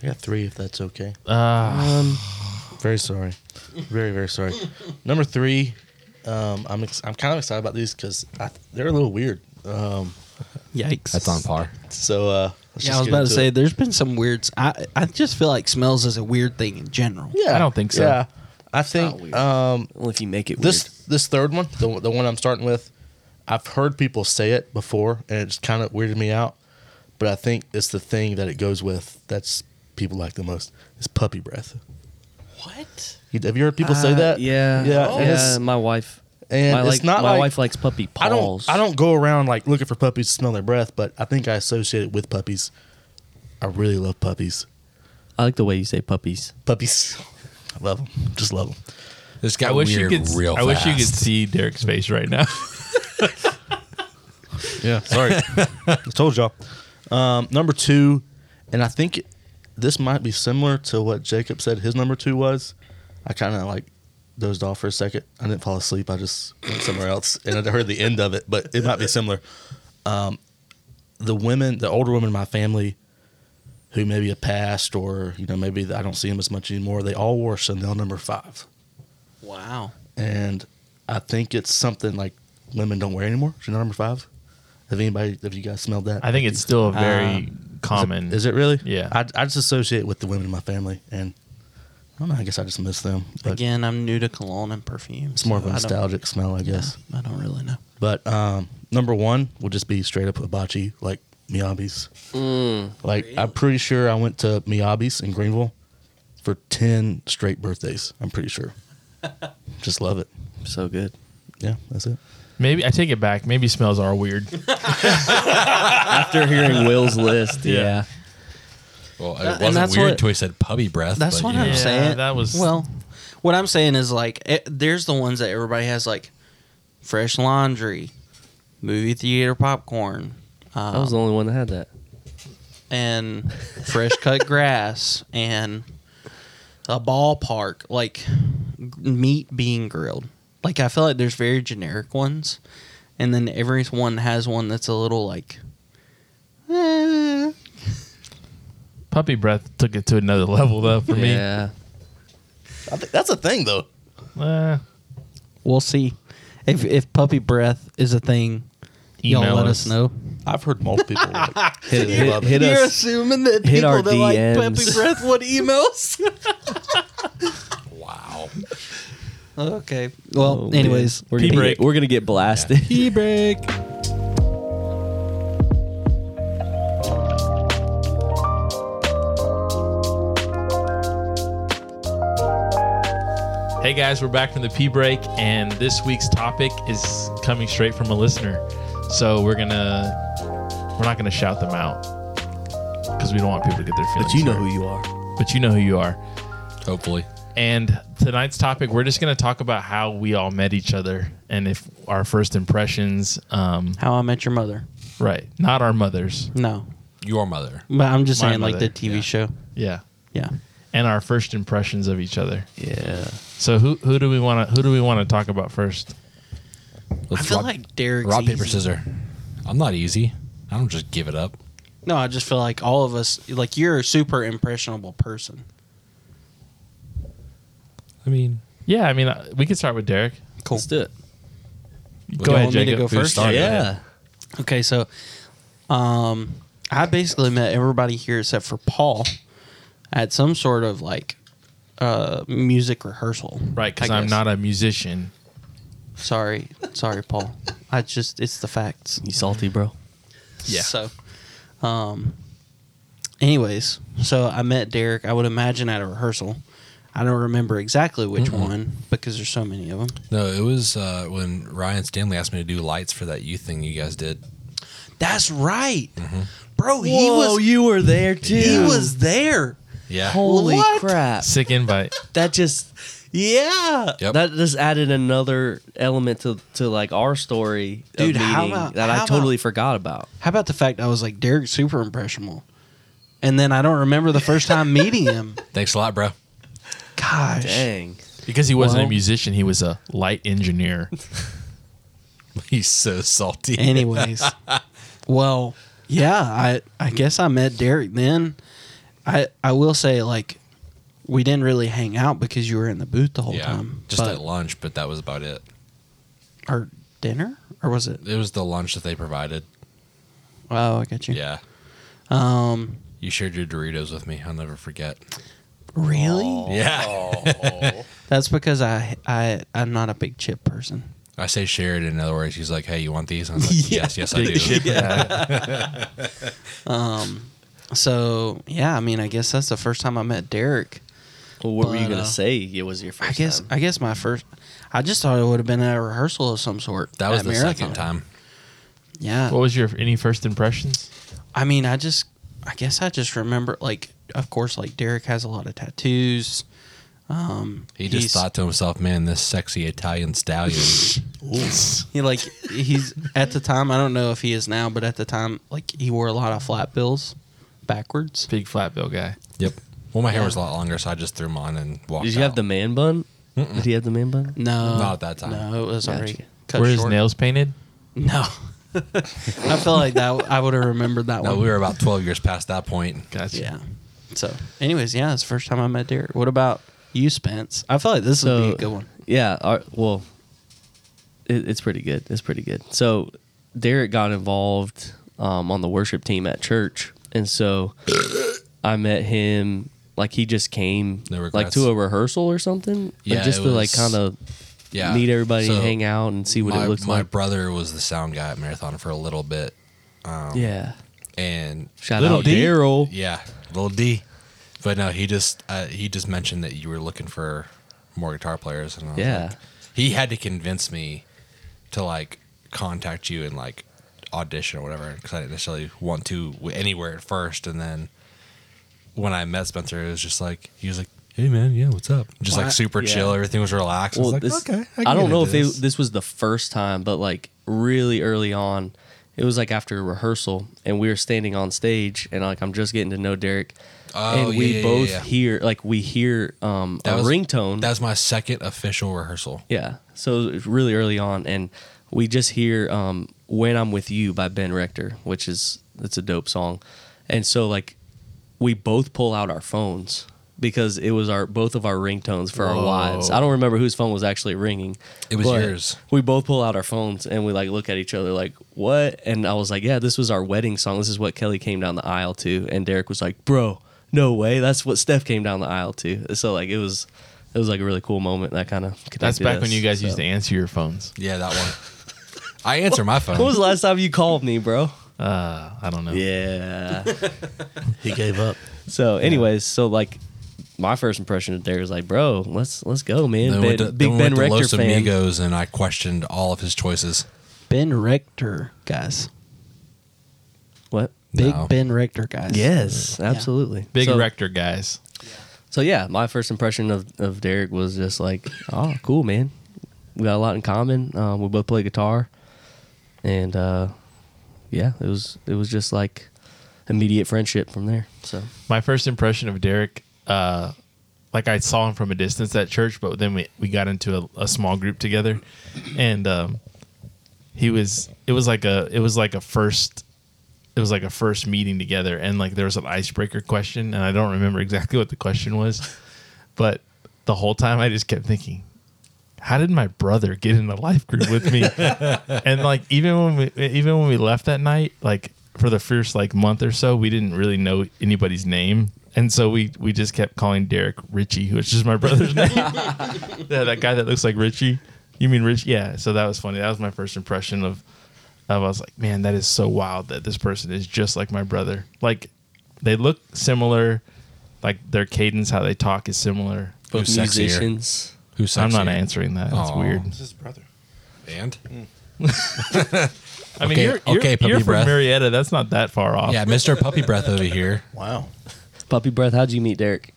I got three, if that's okay. Uh, Very sorry. Very very sorry. Number three, um, I'm ex- I'm kind of excited about these because they're a little weird. Um, yikes! That's on par. so uh, let's Yeah, just I was get about to into say it. there's been some weird. s- I I just feel like smells is a weird thing in general. Yeah, I don't think so. Yeah, I think um, Well, if you make it this this third one, the, the one I'm starting with, I've heard people say it before, and it's kind of weirded me out. But I think it's the thing that it goes with that's people like the most is puppy breath. What? You- Have you heard people weird. say that? Uh, Yeah, Oh. yeah. yeah. and it's- my wife. and my it's like- not my like- wife likes puppy I paws. don't I don't go around like looking for puppies to smell their breath, but I think I associate it with puppies. I really love puppies. I like the way you say puppies. Puppies, (laughs) I love them. Just love them. This I got wish you weird could. real I wish you could fast. see Derek's face right now. (laughs) Yeah, sorry. I (laughs) told y'all. Um, number two, and I think this might be similar to what Jacob said his number two was. I kind of like dozed off for a second. I didn't fall asleep. I just went somewhere else, and I heard the end of it, but it might be similar. Um, the women, the older women in my family, who maybe have passed or you know maybe I don't see them as much anymore, they all wore Chanel number five, Wow. and I think it's something like women don't wear anymore. Chanel number five. Have anybody? Have you guys smelled that? I think it's still Uh, a very Is it- common. Is it really? Yeah. I, I just associate it with the women in my family, and I don't know. I guess I just miss them. But Again, I'm new to cologne and perfume. it's more of so a I don't- nostalgic smell, I guess. I don't really know. But um, number one will just be straight up hibachi, like Miyabi's. like I'm pretty sure I went to Miyabi's in Greenville for ten straight birthdays. I'm pretty sure. just love it. So good. Yeah, that's it. Maybe I take it back. Maybe smells are weird. After hearing Will's list, yeah. Yeah. Well, it That- and wasn't that's weird what- until he said puppy breath. That's but, what you I'm know. Yeah, saying. that was- well. What I'm saying is like it, there's the ones that everybody has like fresh laundry, movie theater popcorn, um, I was the only one that had that. and fresh (laughs) cut grass and a ballpark like meat being grilled. Like I feel like there's very generic ones, and then every one has one that's a little like. eh. Puppy breath took it to another (laughs) level though for Yeah. I think that's a thing though. me. Uh, We'll see if if puppy breath is a thing. y'all Email let us. us know. I've heard multiple people (laughs) like, Hit, hit, love it. hit You're us. assuming that hit people our that like puppy DMs. breath would emails. (laughs) Wow. okay. Oh, Well, man. anyways, we're pee gonna, break. get, we're gonna get blasted. Pee break. Hey guys, we're back from the pee break, and this week's topic is coming straight from a listener. So we're gonna we're not gonna shout them out because we don't want people to get their feelings. But you know hurt. who you are. But you know who you are. Hopefully. And tonight's topic, we're just gonna talk about how we all met each other and if our first impressions. Um, How I Met Your Mother. right, not our mothers. No, Your mother. but I'm just My saying like mother, the TV yeah. show. Yeah, Yeah. and our first impressions of each other. Yeah. So who who do we want to who do we want to talk about first? Let's I feel rock- like Derek's rock paper easy. scissor. I'm not easy. I don't just give it up. No, I just feel like all of us like you're a super impressionable person. I mean, Yeah, I mean uh, we could start with Derek. Cool. Let's do it. Go ahead, want me to Jacob. go Who's first? starting? yeah. Okay, so um I basically met everybody here except for Paul at some sort of like uh music rehearsal. Right, because I I'm guess. not a musician. Sorry. Sorry, Paul. I just it's the facts. You salty, bro. Yeah. So um anyways, so I met Derek, I would imagine at a rehearsal. I don't remember exactly which one because there's so many of them. no, it was uh, when Ryan Stanley asked me to do lights for that youth thing you guys did. That's right. Bro, he was you were there too. he was there. Yeah. Holy What? crap. Sick (laughs) invite. That just Yeah. Yep. that just added another element to, to like our story of Dude, meeting how about- that how I about- totally forgot about. How about the fact I was like Derek's super impressionable, and then I don't remember the first time meeting him. Thanks a lot, bro. (laughs) Gosh, Dang. Because he wasn't a Well- musician, he was a light (laughs) engineer. He's so salty. Anyways, well, yeah, I I guess I met Derek then. I I will say like we didn't really hang out because you were in the booth the whole yeah. time. just but, at lunch, but that was about it. or dinner or was it? It was the lunch that they provided. Oh, I got you. Yeah. Um, You shared your Doritos with me. I'll never forget. really? Yeah. That's because I I I'm not a big chip person. I say shared. In other words, he's like, hey, you want these? And I was like, yes, yes, I do. yeah. So yeah, I mean, I guess that's the first time I met Derek. Well, what were you But, gonna uh, say? It was your first. I guess time? I guess my first. I just thought it would have been at a rehearsal of some sort. That was at the Marathon. second time. Yeah. what was your any first impressions? I mean, I just. I guess I just remember, like, of course, like Derek has a lot of tattoos. Um, He just he's- thought to himself, man, this sexy Italian stallion. he like he's at the time. I don't know if he is now, but at the time, like he wore a lot of flat bills backwards. Big flat bill guy. yep. Well, my hair Yeah. was a lot longer, so I just threw him on and walked Did you have out. the man bun? Did he have the man bun? No, Not at that time. No, it was already Gotcha. cut Were his short. nails painted? No, (laughs) I feel like that. I would have remembered that No, one. we were about 12 years past that point. Gotcha. Yeah. So, anyways, yeah, it's the first time I met Derek. What about you, Spence? I feel like this would be a good one. Yeah. Our, well, it, it's pretty good. It's pretty good. So Derek got involved um, on the worship team at church, and (coughs) so I met him. Like he just came, No like regrets. to a rehersal or something, Yeah, like just it to like was- kind of Yeah. meet everybody, So, and hang out, and see what my, it looks my like. brother was the sound guy at Marathon for a little bit. Um, yeah, And shout Little out D? Daryl. yeah, little D. But no, he just uh, he just mentioned that you were looking for more guitar players, and I was Yeah. like- he had to convince me to like contact you and like audition or whatever because I didn't necessarily want to w- anywhere at first, and then when I met Spencer, it was just like he was like, "Hey man, yeah, what's up?" Just like Well, I- super yeah. chill, everything was relaxed. I was Well, like, this, "Okay, I, can don't get know if into they, this was the first time, but like really early on, it was like after a rehearsal, and we were standing on stage, and like I'm just getting to know Derek, Oh, and we yeah, yeah, both yeah, yeah. hear like we hear um, a That was- ringtone. That was my second official rehearsal. yeah, so it was really early on, and we just hear um, "When I'm with You" by Ben Rector, which is it's a dope song, and so like we both pull out our phones. Because it was our both of our ringtones for our wives. I don't remember whose phone was actually ringing, It was but yours. We both pull out our phones and we like look at each other like, "What?" And I was like, "Yeah, this was our wedding song. This is what Kelly came down the aisle to." And Derek was like, "Bro, no way. That's what Steph came down the aisle to." So like it was it was like a really cool moment that kind of That's back when you guys used to answer your phones. Yeah, that (laughs) one. I answer my phone. When was the last time you called me, bro? Uh, I don't know. Yeah. He gave up. (laughs) so anyways, so like my first impression of Derek was like, "Bro, let's let's go, man." Then Ben- went to- Big then Ben went to Rector Los fan. Amigos, and I questioned all of his choices. Ben Rector, guys. What? Big No. Ben Rector, guys. Yes, absolutely. Big So- rector guys. So yeah, my first impression of, of Derek was just like, (laughs) oh, cool, man. We got a lot in common. Um, we both play guitar, and uh, yeah, it was it was just like immediate friendship from there. So My first impression of Derek, uh, like I saw him from a distance at church, but then we, we got into a, a small group together, and um, he was it was like a it was like a first it was like a first meeting together, and like there was an icebreaker question, and I don't remember exactly what the question was, but the whole time I just kept thinking. How did my brother get in a life group with me? (laughs) and like even when we even when we left that night, like for the first like month or so, we didn't really know anybody's name, and so we we just kept calling Derek Richie, which is my brother's (laughs) (laughs) name. yeah, that guy that looks like Richie. You mean Rich? Yeah. So that was funny. That was my first impression of. of I was like, man, that is so wild that this person is just like my brother. Like, they look similar. Like their cadence, how they talk is similar. both Who's sexier? musicians. Who's I'm not sexier? answering that. That's Aw. weird. This is brother. And I mean, Okay, you're, you're, okay, puppy you're from breath. Marietta. That's not that far off. yeah, Mr. Puppy Breath over here. Wow. Puppy breath. How'd you meet Derek?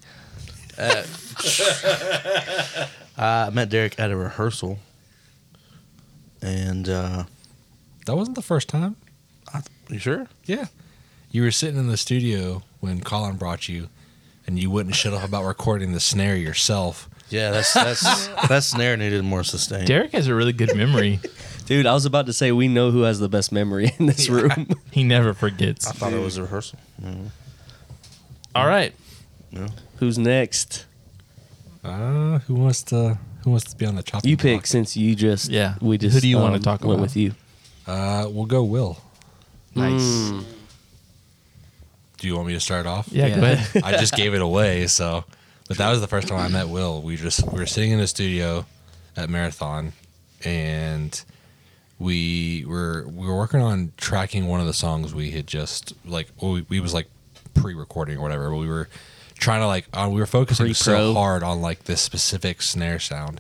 I met Derek at a rehearsal, and uh, That wasn't the first time. I, you sure? Yeah, you were sitting in the studio when Colin brought you, and you wouldn't shut up about recording the snare yourself. Yeah, (laughs) that's that's that snare needed more sustain. Derek has a really good memory. Dude, I was about to say we know who has the best memory in this room. (laughs) he never forgets. (laughs) I thought it was a rehearsal. All right. Who's next? Uh, who wants to? Who wants to be on the chopping? You pick block? since you just Yeah. We just Who do you wanna um, talk went about? with you? Uh, we'll go. Will. Nice. Do you want me to start off? Yeah, Yeah. go (laughs) ahead. I just gave it away. So, but that was the first time I met Will. We just we were sitting in the studio at Marathon, and we were we were working on tracking one of the songs we had just like well, we, we was like pre-recording or whatever. But we were trying to like uh, we were focusing Pre-pro. so hard on like this specific snare sound,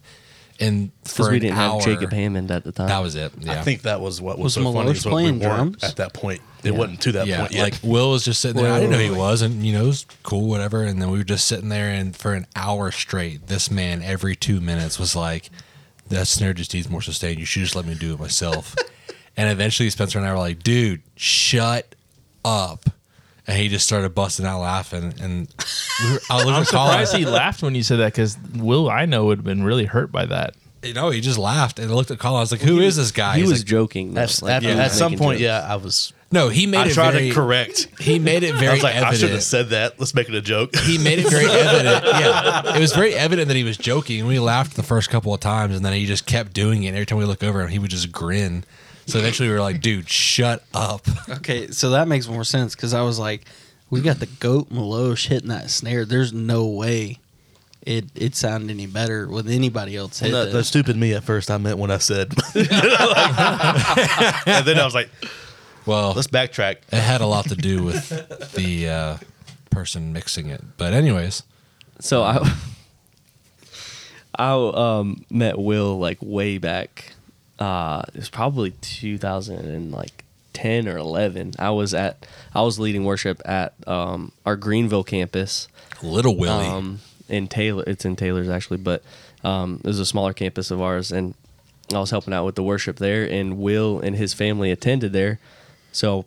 and Because for we an didn't hour, have Jacob Hammond at the time. That was it. Yeah. I think that was what Was was, so Meloche funny. is what we playing weren't drums? at that point? It wasn't to that yeah, point. yet. like Will was just sitting there. I didn't know he Whoa. was, and you know, it was cool, whatever. And then we were just sitting there, and for an hour straight, this man every two minutes was like, "That snare just needs more sustain. You should just let me do it (laughs) myself." and eventually, Spencer and I were like, "Dude, shut up." and he just started busting out laughing. And we were, (laughs) I I'm was surprised calling. he laughed when you said that because Will I know would have been really hurt by that. You know, he just laughed and looked at Colin. I was like, "Who is this guy?" he He's was like, joking. though. At, Like, at, he was at some making point, jokes. yeah, I was. "No." He made I it tried very. to correct. He made it (laughs) I very was like, I should evident. have said that. Let's make it a joke. he made it very evident. Yeah, it was very evident that he was joking, and we laughed the first couple of times, and then he just kept doing it. And every time we look over him, he would just grin. So eventually, we were like, "Dude, shut up!" Okay, so that makes more sense because I was like, we got the goat Melosh hitting that snare. There's no way it it sounded any better with anybody else. hit Well, this. that, that stupid me at first, I meant what I (laughs) said. (laughs) and then I was like, Well, let's backtrack. it had a lot to do with the uh, person mixing it. But anyways, So I, (laughs) I um, met Will like way back. Uh, it was probably 2010 or 11. I was at I was leading worship at um, our Greenville campus. Little Willie, Um, in Taylor, it's in Taylor's actually, but um, it was a smaller campus of ours, and I was helping out with the worship there. And Will and his family attended there, so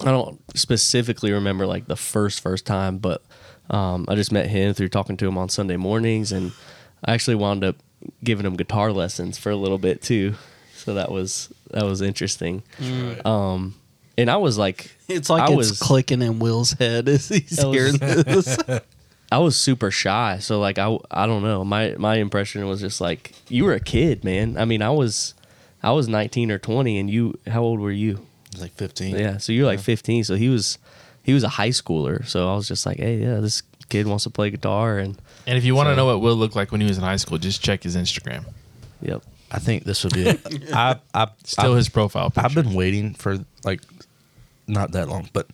I don't specifically remember like the first first time, but um, I just met him through talking to him on Sunday mornings, and I actually wound up giving him guitar lessons for a little bit too. So that was that was interesting. Um, and I was like, (laughs) it's like I it's was- clicking in Will's head as he's That was- hearing this. I was super shy, so like I I don't know. My my impression was just like you were a kid, man. I mean, I was I was 19 or 20 and you how old were you? It was like 15. Yeah, so you're like 15, so he was he was a high schooler. So I was just like, "Hey, yeah, this kid wants to play guitar and And if you want to know what Will looked like when he was in high school, just check his Instagram. yep. I think this would be (laughs) it. I, I, Still I, his profile picture. I've been waiting for like not that long, but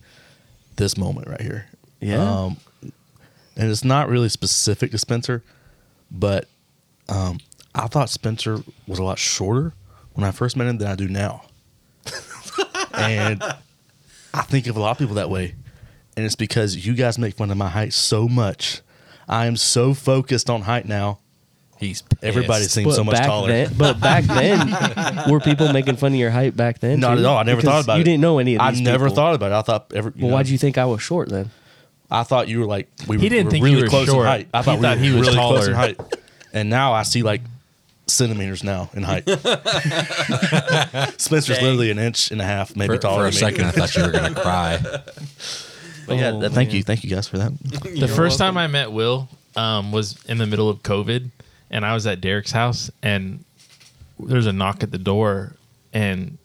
this moment right here. Yeah. Um, and it's not really specific to Spencer, but um, I thought Spencer was a lot shorter when I first met him than I (laughs) do now. and I think of a lot of people that way. And it's because you guys make fun of my height so much. I am so focused on height now. he's Everybody pissed. seems so much back taller. then, but back then, were people making fun of your height back then? Not too? at all. I never Because thought about you it. didn't know any of I these. never people. thought about it. I thought every. Well, know, why'd you think I was short then? I thought you were like we were, He didn't were think really you were close short. in height. I He thought, we thought were he was really close in taller. height. And now I see like centimeters now in (laughs) height. Spencer's literally an inch and a half, maybe For, taller. for a than me. second, I thought you were gonna cry. But yeah, Oh, th- thank man. you, thank you guys for that. the first time I met Will um, was in the middle of COVID, and I was at Derek's house, and there's a knock at the door, and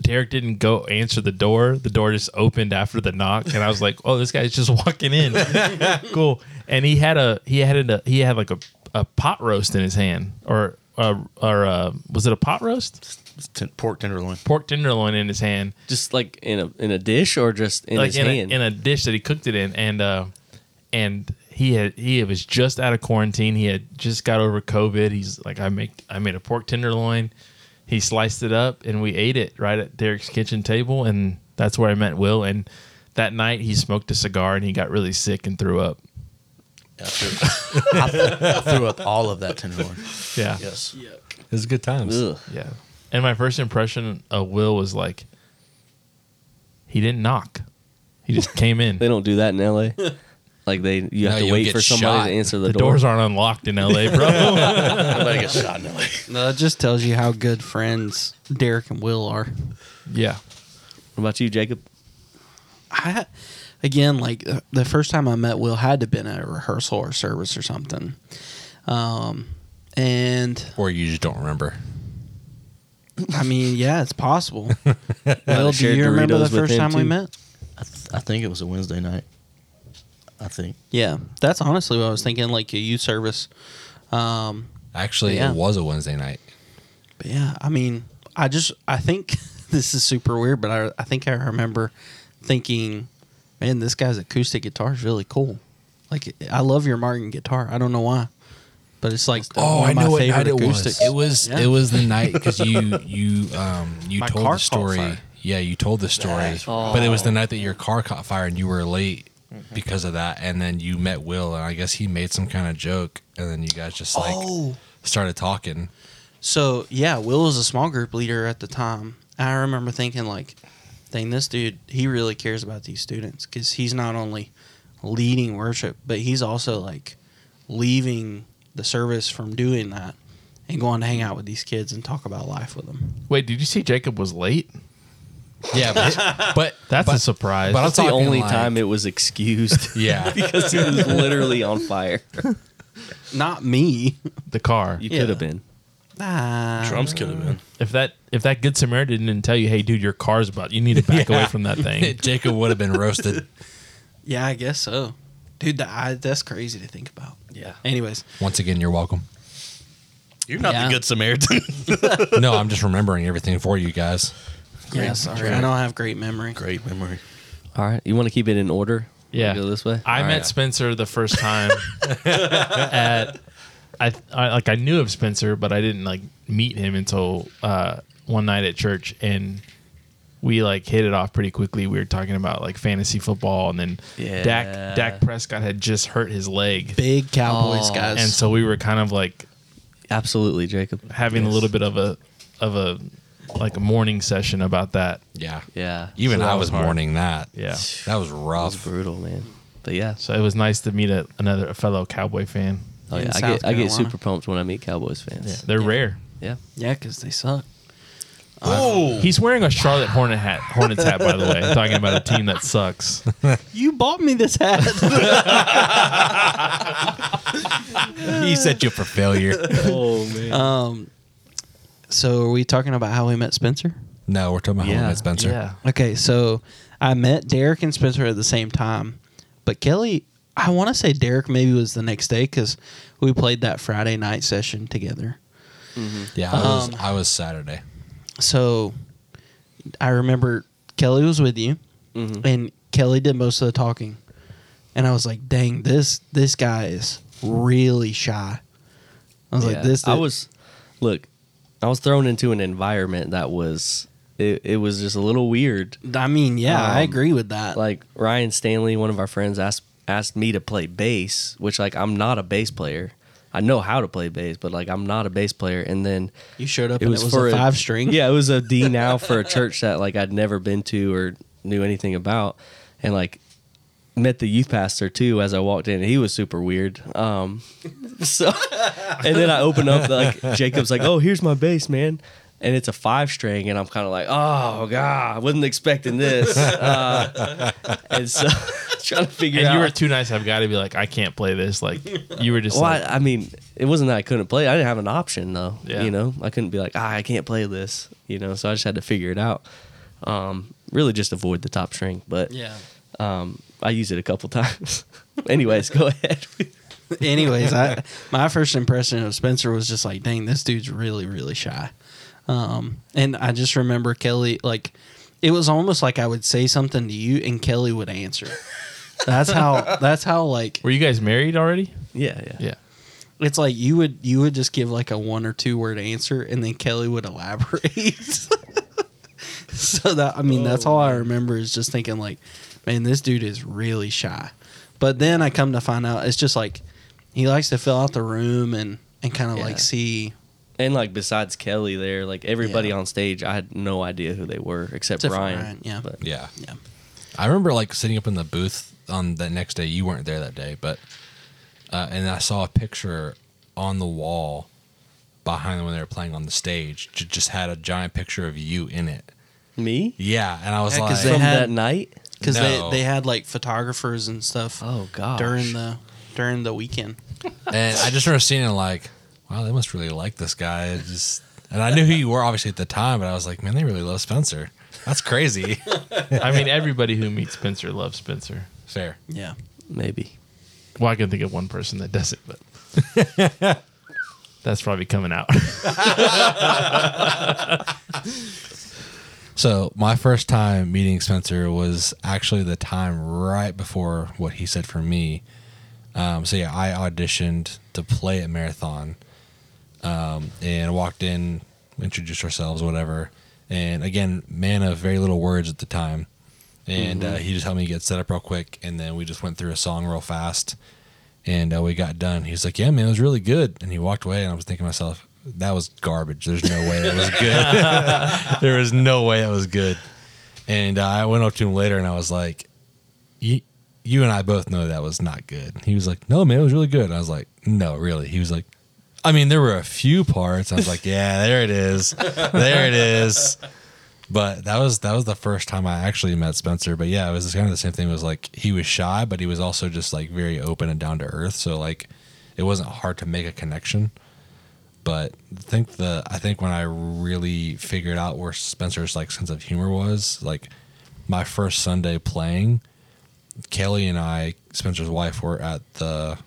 Derek didn't go answer the door. The door just opened after the knock, and I was like, "Oh, this guy's just (laughs) walking in, cool." And he had a he had a he had like a, a pot roast in his hand, or uh, or uh, was it a pot roast? It's (laughs) ten- pork (laughs) tenderloin. Pork tenderloin in his hand, Just like in a in a dish or just in like his in hand. A, in a dish that he cooked it in, and uh, and he had he was just out of quarantine. He had just got over COVID. He's like, I make I made a pork tenderloin. He sliced it up and we ate it right at Derek's kitchen table, and that's where I met Will. And that night he smoked a cigar and he got really sick and threw up. I threw, I th- I threw up all of that tenderloin. Yeah, Yes, It was good times. Ugh. yeah. And my first impression of Will was like, he didn't knock. He just came in. They don't do that (laughs) in (laughs) LA. Like they, you have No, to you'll wait get for somebody shot. to answer the, The door. doors aren't unlocked in LA, (laughs) bro. I'm gonna get shot in the leg. no, it just tells you how good friends Derek and Will are. yeah. What about you, Jacob? I again like uh, the first time I met Will had to been at a rehearsal or service or something, um, and Or you just don't remember. I mean yeah, it's possible. Will, do shared you remember Doritos the with first him, time we too. met? I, th- I think it was a Wednesday night. I think Yeah, that's honestly what I was thinking, like a youth service. Um, Actually, Yeah. it was a Wednesday night. but yeah, I mean, I just I think (laughs) this is super weird, but I I think I remember thinking, man, this guy's acoustic guitar is really cool. Like I love your Martin guitar. I don't know why, but it's like Oh, one of my favorite acoustics. It was Yeah. it was the night because (laughs) you you um you My told car the caught story. fire. Yeah, you told the story, right. but it was the night that your car caught fire and you were late Mm-hmm. because of that. And then you met Will, and I guess he made some kind of joke, and then you guys just like Oh. started talking. So yeah, Will was a small group leader at the time. I remember thinking like, thing. This dude, he really cares about these students because he's not only leading worship, but he's also like leaving the service from doing that and going to hang out with these kids and talk about life with them. Wait, did you see Jacob was late? Yeah, but, (laughs) but That's But- a surprise. but I'm That's the talking only like- time it was (laughs) excused (laughs) yeah, (laughs) because he was literally on fire. Not (laughs) me. the car. You Yeah. could have been. Ah. Drums could have been. If that if that good Samaritan didn't tell you, hey dude, your car's about you need to back away Yeah. from that (laughs) thing. Jacob would have been roasted Yeah, I guess so. Dude, that, I, that's crazy to think about. Yeah. Anyways, once again. You're welcome. You're not Yeah. the good Samaritan. No, I'm just remembering everything for you guys. yeah, sorry. I don't have great memory. Great memory. All right. You want to keep it in order? Yeah. Go this way. I All met right. Spencer the first time at I, I like I knew of Spencer, but I didn't like meet him until uh, one night at church, and we like hit it off pretty quickly. We were talking about like fantasy football, and then Yeah. Dak Dak Prescott had just hurt his leg, Big Cowboys Oh. guys. and so we were kind of like Absolutely, Jacob. having a little bit of a of a like a morning session about that. Yeah, Yeah. Even So that I was was hard. mourning that. Yeah. that was That's rough. brutal, man. But yeah. So it was nice to meet a, another a fellow cowboy fan. Oh, In yeah. I South get, I get Carolina. super pumped when I meet Cowboys fans. They're rare. Yeah. yeah, because they suck. Oh, He's wearing a Charlotte Hornet hat. Hornets hat, by the (laughs) way. Talking about a team that sucks. You bought me this hat. (laughs) he set you up for failure. (laughs) Oh, man. um, so are we talking about how we met Spencer? No, we're talking about Yeah, yeah, Spencer. Yeah. Okay, so I met Derek and Spencer at the same time, but Kelly, I want to say Derek maybe was the next day because we played that Friday night session together. Yeah, I was, Um, I was Saturday. So I remember Kelly was with you, Mm-hmm. and Kelly did most of the talking, and I was like, "Dang, this this guy is really shy." I was Yeah. like, "This." I was, look, I was thrown into an environment that was, it, it was just a little weird. I mean, yeah, I Um, agree with that. Like Ryan Stanley, one of our friends, asked asked me to play bass, which like I'm not a bass player. I know how to play bass, but like I'm not a bass player. And then you showed up, and it was a five string. Yeah, it was a (laughs) D now for a church that like I'd never been to or knew anything about, and like met the youth pastor too as I walked in. He was super weird. Um, (laughs) so, and then I open up like Jacob's like, "Oh, here's my bass, man." And it's a five string, and I'm kind of like, oh god, I wasn't expecting this. Uh, and so, (laughs) trying to figure And out. you were too nice. I've got to be like, I can't play this. Like, you were just Well, like, I, I mean, it wasn't that I couldn't play. I didn't have an option though. Yeah. You know, I couldn't be like, ah, I can't play this. You know, so I just had to figure it out. Um, really, just avoid the top string. But yeah. um, I used it a couple (laughs) times. Anyways, go ahead. (laughs) Anyways, I my first impression of Spencer was just like, dang, this dude's really, really shy. Um, and I just remember Kelly like it was almost like I would say something to you and Kelly would answer. That's how that's how like were you guys married already? yeah, yeah, Yeah. it's like you would you would just give like a one or two word answer and then Kelly would elaborate. (laughs) so that I mean that's all I remember is just thinking like, man, this dude is really shy. But then I come to find out it's just like he likes to fill out the room and and kind of Yeah. like see And like besides Kelly, there, like everybody Yeah. on stage, I had no idea who they were except Except for Ryan. Ryan, yeah. But Yeah. yeah. I remember like sitting up in the booth on that next day. You weren't there that day, but uh, and I saw a picture on the wall behind when they were playing on the stage. j- Just had a giant picture of you in it. me Yeah, and I was Yeah, 'cause like, They from had- that night. Because No. they, they had like photographers and stuff Oh god. during the during the weekend. and I just remember seeing it like, wow, they must really like this guy. It just and I knew who you were obviously at the time, but I was like, man, they really love Spencer. That's crazy. (laughs) I mean, everybody who meets Spencer loves Spencer. Fair. Yeah. maybe. Well, I can think of one person that doesn't, but (laughs) that's probably coming out. (laughs) So my first time meeting Spencer was actually the time right before what he said for me. Um, so yeah, I auditioned to play at Marathon, um, and walked in, introduced ourselves, whatever. And again, man of very little words at the time, and uh, he just helped me get set up real quick, and then we just went through a song real fast, and uh, we got done. He's like, "Yeah, man, it was really good," and he walked away, and I was thinking to myself, "That was garbage. There's no way that was good." there was no way that was good. And uh, I went up to him later and I was like, you, you and I both know that was not good. He was like, No, man, it was really good. I was like, No, really. He was like, I mean, there were a few parts. I was like, Yeah, there it is. There it is. But that was that was the first time I actually met Spencer. But yeah, it was kind of the same thing. It was like he was shy, but he was also just like very open and down to earth. So like it wasn't hard to make a connection but I think the I think when I really figured out where Spencer's like sense of humor was, like my first Sunday playing, Kelly and I, Spencer's wife, were at the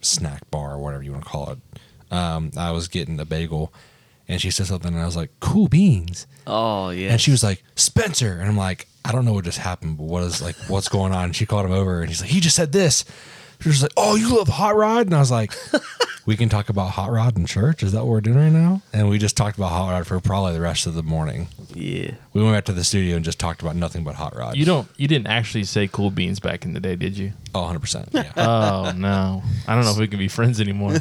snack bar or whatever you want to call it. Um, I was getting a bagel, and she said something, and I was like, "Cool beans." Oh yeah. And she was like, Spencer. And I'm like, I don't know what just happened, but what is like, what's going on? And she called him over and he's like, he just said this. She was like, oh, you love Hot Rod? And I was (laughs) like, we can talk about Hot Rod in church. Is that what we're doing right now? And we just talked about Hot Rod for probably the rest of the morning. yeah. We went back to the studio and just talked about nothing but Hot Rod. You don't. You didn't actually say cool beans back in the day, did you? Oh, 100%. Yeah. (laughs) Oh no. I don't know if we can be friends anymore.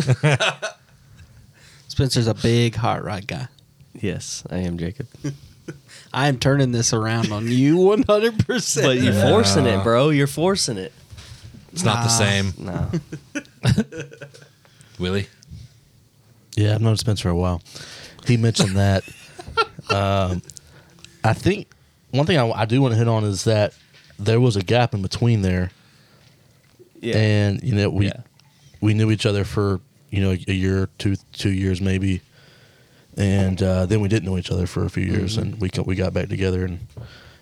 Spencer's a big hot rod guy. Yes, I am Jacob. I am turning this around on you (laughs) 100%. But you're forcing it, bro. You're forcing it. it's not the same. No. Willie? Yeah, I've known Spencer a while. He (laughs) mentioned that. um, I think one thing I, I do want to hit on is that there was a gap in between there, Yeah. and you know we Yeah. we knew each other for you know a year, two two years maybe, and uh, then we didn't know each other for a few years, Mm-hmm. and we got, we got back together, and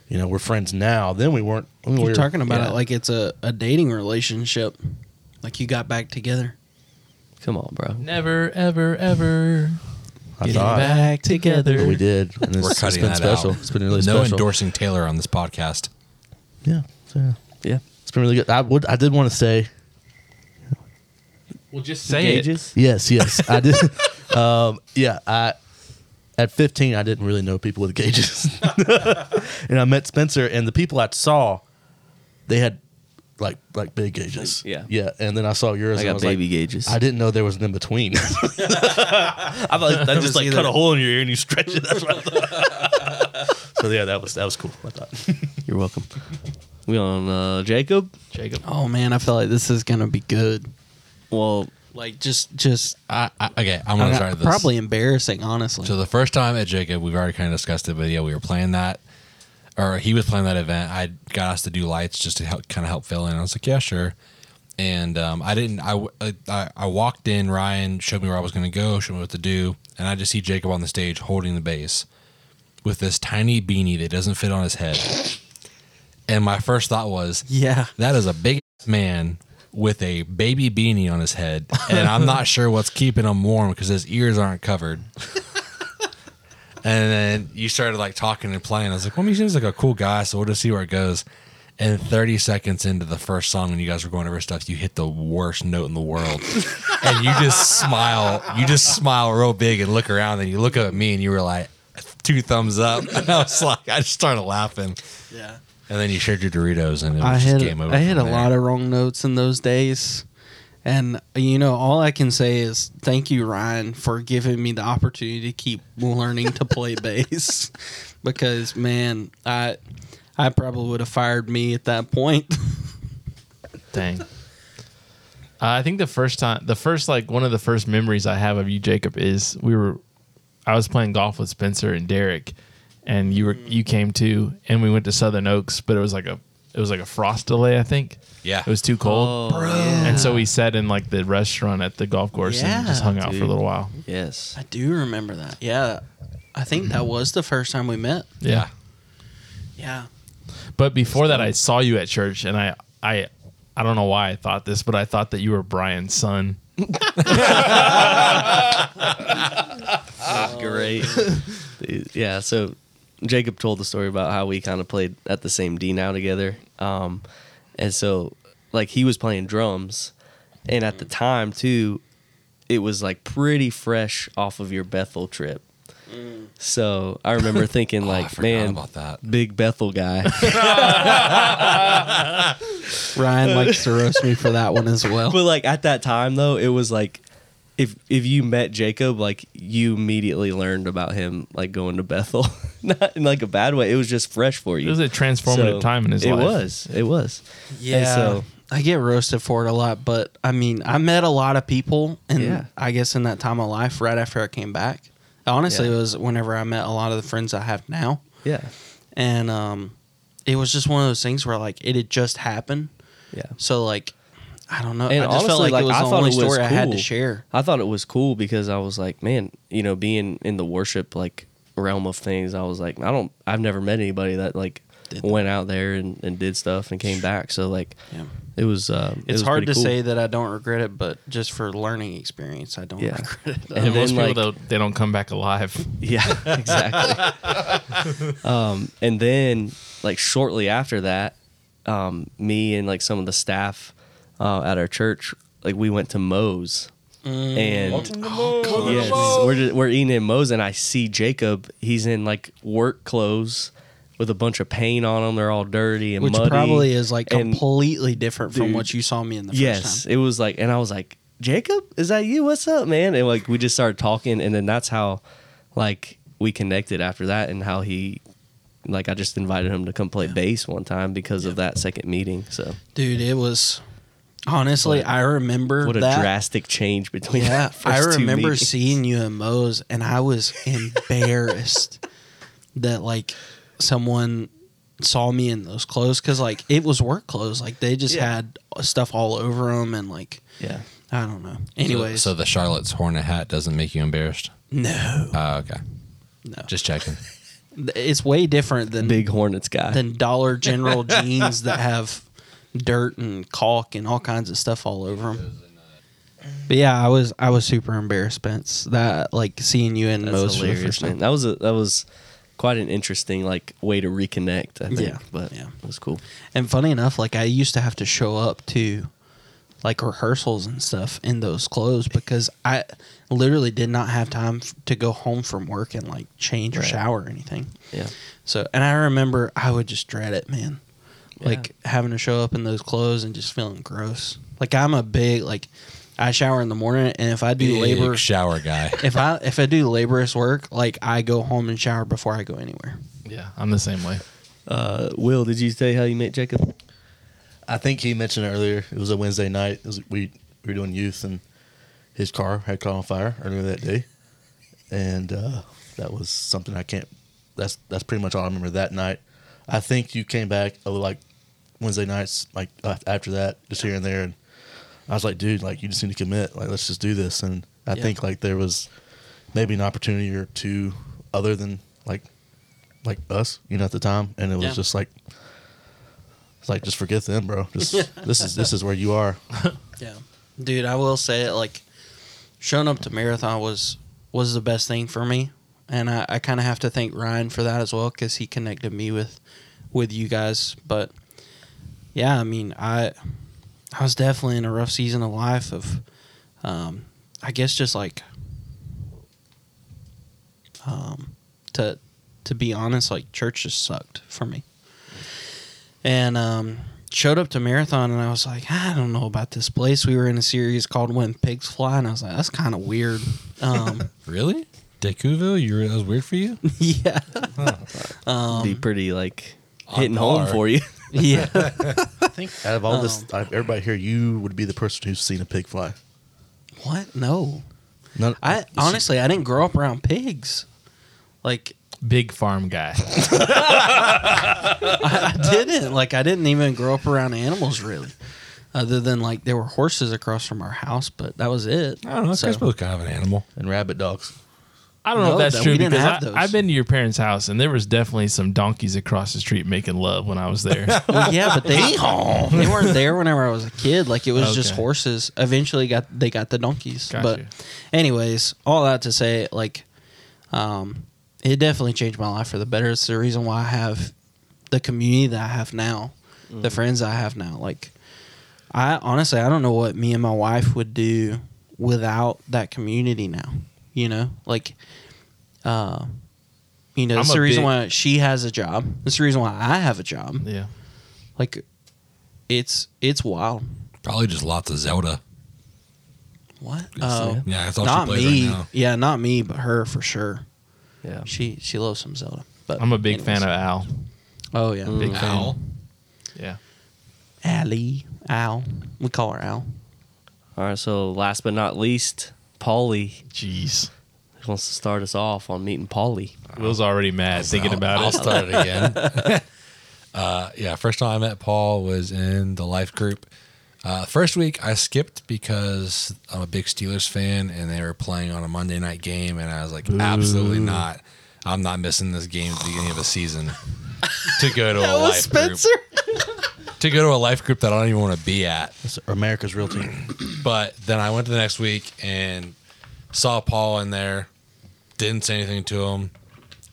you know we're friends now. Then we weren't. When we You're were talking about yeah. it like it's a, a dating relationship. Like you got back together. Come on, bro. (laughs) Never, ever, ever I getting thought, back together. but we did. And it's, We're it's cutting been that special. out. It's been really no special. endorsing Taylor on this podcast. Yeah. So, yeah. Yeah. It's been really good. I would. I did want to say Well, just say Gauges. Yes, yes, I did. (laughs) um, yeah, I at 15 I didn't really know people with gauges, (laughs) and I met Spencer, and the people I saw, they had like like big gauges. Yeah. yeah, and then I saw yours. I and got was baby like, gauges. I didn't know there was an in between. (laughs) I thought that just like cut a hole in your ear and you stretch it. That's what I thought. (laughs) so yeah, that was that was cool. I thought. You're welcome. (laughs) We on uh, Jacob? it, Jacob. Oh man, I feel like this is gonna be good. Well, Like just just I, I, okay, I'm going to start this. probably embarrassing, honestly. So the first time at Jacob, we've already kind of discussed it, but yeah, we were playing that, or he was playing that event. I got us to do lights just to help, kind of help fill in. I was like, yeah, sure. And um, I didn't. I, w- I I walked in. Ryan showed me where I was going to go, showed me what to do, and I just see Jacob on the stage holding the bass with this tiny beanie that doesn't fit on his head. And my first thought was, yeah. that is a big ass man with a baby beanie on his head, and I'm not sure what's keeping him warm because his ears aren't covered. and then you started like talking and playing. I was like, "Well, he seems like a cool guy, so we'll just see where it goes." And 30 seconds into the first song, and you guys were going over stuff, you hit the worst note in the world, and you just smile. You just smile real big and look around, and you look up at me, and you were like, two thumbs up. (laughs) And I was like, I just started laughing. Yeah. And then you shared your Doritos, and it was I just had game over. I had from a there. lot of wrong notes in those days. And you know, all I can say is thank you, Ryan, for giving me the opportunity to keep learning (laughs) to play bass. (laughs) Because man, I I probably would have fired me at that point. (laughs) Dang. Uh, I think the first time, the first like one of the first memories I have of you, Jacob, is we were, I was playing golf with Spencer and Derek, and you were you came too, and we went to Southern Oaks, but it was like a it was like a frost delay, I think. Yeah. it was too cold, Oh, and so we sat in like the restaurant at the golf course and just Yeah, hung out for a dude. little while. yes. I do remember that. Yeah. I think that was the first time we met. Yeah. Yeah. But before that, I saw you at church, and I, I, I don't know why I thought this, but I thought that you were Brian's son. (laughs) Great. Dude, (laughs) yeah. So Jacob told the story about how we kind of played at the same D now together. Um, and so like he was playing drums, and Mm. at the time too, it was like pretty fresh off of your Bethel trip. Mm. So I remember thinking Oh, I like, forgot man, about that. big Bethel guy. Ryan likes to roast me for that one as well. but like at that time though, it was like if if you met Jacob, like you immediately learned about him, like going to Bethel, (laughs) not in like a bad way. It was just fresh for you. It was a transformative So, time in his it life. was. It was. And Yeah. so I get roasted for it a lot, but I mean, I met a lot of people, and Yeah. I guess in that time of life, right after I came back, honestly, Yeah. it was whenever I met a lot of the friends I have now, yeah, and um, it was just one of those things where like it had just happened, yeah. so like I don't know, And I just felt honestly, like, like, it was I the thought only it was story I had to cool. share. I thought it was cool because I was like, man, you know, being in the worship like realm of things, I was like, I don't, I've never met anybody that like Did that. went out there and, and did stuff and came back. So like, Yeah. it was. Um, it It's was hard to pretty cool. say that I don't regret it, but just for learning experience, I don't (laughs) Yeah. regret it. And And, then, most people like- though, they don't come back alive. (laughs) Yeah, exactly. (laughs) um, and then, like shortly after that, um, me and like some of the staff uh, at our church, like we went to Moe's, Mm. and Oh, yes, we're just, we're eating in Moe's, and I see Jacob. He's in like work clothes with a bunch of paint on them. They're all dirty and Which muddy. probably is like and- completely different from Dude. what you saw me in the first yes, time. it was like, and I was like, Jacob, is that you? What's up, man? And like we just started talking, and then that's how, like, we connected after that, and how he, like, I just invited him to come play bass one time because of that second meeting. So Dude, it was honestly, I remember what a that. drastic change between (laughs) yeah, that I (laughs) first two remember meetings. seeing you in Moe's, and (laughs) I was embarrassed that like someone saw me in those clothes because like it was work clothes, like they just Yeah. had stuff all over them, and like Yeah, I don't know. Anyways, so, so the Charlotte's Hornet hat doesn't make you embarrassed. no, Uh, okay, no, just checking. it's way different than big Hornets guy. than Dollar General jeans that have dirt and caulk and all kinds of stuff all over them. But yeah, I was I was super embarrassed, Spence. That like seeing you in That's those for the hilarious, first man. time. That was a that was quite an interesting like way to reconnect. I think, Yeah, but yeah. it was cool. And funny enough, like I used to have to show up to like rehearsals and stuff in those clothes because I literally did not have time f- to go home from work and like change or Right. shower or anything. Yeah, So, and I remember I would just dread it, man. Yeah. Like having to show up in those clothes and just feeling gross. Like I'm a big like I shower in the morning and if I do Big labor shower guy. if I if I do laborious work, like I go home and shower before I go anywhere. Yeah, I'm the same way. uh, Will, did you say how you met Jacob? I think he mentioned it earlier. It was a Wednesday night. It was, we we were doing youth, and his car had caught on fire earlier that day, and uh, that was something I can't. That's that's pretty much all I remember that night. I think you came back oh, like Wednesday nights, like af- after that, just here and there, and I was like, dude, like you just need to commit. Like let's just do this. And I Yeah. think like there was maybe an opportunity or two other than like like us, you know, at the time, and it was Yeah. just like. It's like just forget them, bro. Just this is this is where you are. Yeah. Dude, I will say it like showing up to marathon was was the best thing for me. And I, I kind of have to thank Ryan for that as well cuz he connected me with with you guys, but yeah, I mean, I I was definitely in a rough season of life of um I guess just like um to to be honest, like church just sucked for me. And um showed up to marathon and I was like, I don't know about this place. We were in a series called When Pigs Fly and I was like, that's kind of weird. (laughs) Um really? Decouville? You re- that was weird for you? yeah. Um, be pretty like On hitting home par. for you. Yeah. I think out of all this, I, everybody here, you would be the person who's seen a pig fly. (laughs) what? No. None, I honestly I didn't grow up around pigs. Like Big farm guy. I didn't. Like I didn't even grow up around animals really. Other than like there were horses across from our house, but that was it. I don't know. So- So. I suppose kind of an animal. and rabbit dogs. I don't know No, if that's that- true we didn't because have those. I, I've been to your parents' house and there was definitely some donkeys across the street making love when I was there. Well, yeah, but they they weren't there whenever I was a kid. Like it was just Okay. horses. Eventually, got they got the donkeys. Got but, you. anyways, all that to say, like, um, it definitely changed my life for the better. It's the reason why I have the community that I have now, the Mm. friends I have now. Like, I honestly, I don't know what me and my wife would do without that community now. You know, like, uh, you know, I'm it's a the reason big- why she has a job. It's the reason why I have a job yeah. like it's it's wild Probably just lots of Zelda. What? Slam. Oh, Yeah, that's all not she plays me. right now. yeah, not me, but her for sure. Yeah. She she loves some Zelda. But I'm a big anyways. fan of Al. Oh yeah, Big fan. Owl. Yeah. Allie, Al. We call her Al. All right. So last but not least, Paulie Jeez. wants to start us off on meeting Paulie. Will's already mad thinking I'll- about I'll it. start it again. (laughs) uh, yeah, first time I met Paul was in the life group. Uh, first week I skipped because I'm a big Steelers fan and they were playing on a Monday night game, and I was like, absolutely not. I'm not missing this game at the beginning of a season to go to a Oh, life group. To go to a life group that I don't even want to be at. That's America's real team. But then I went to the next week and saw Paul in there. Didn't say anything to him.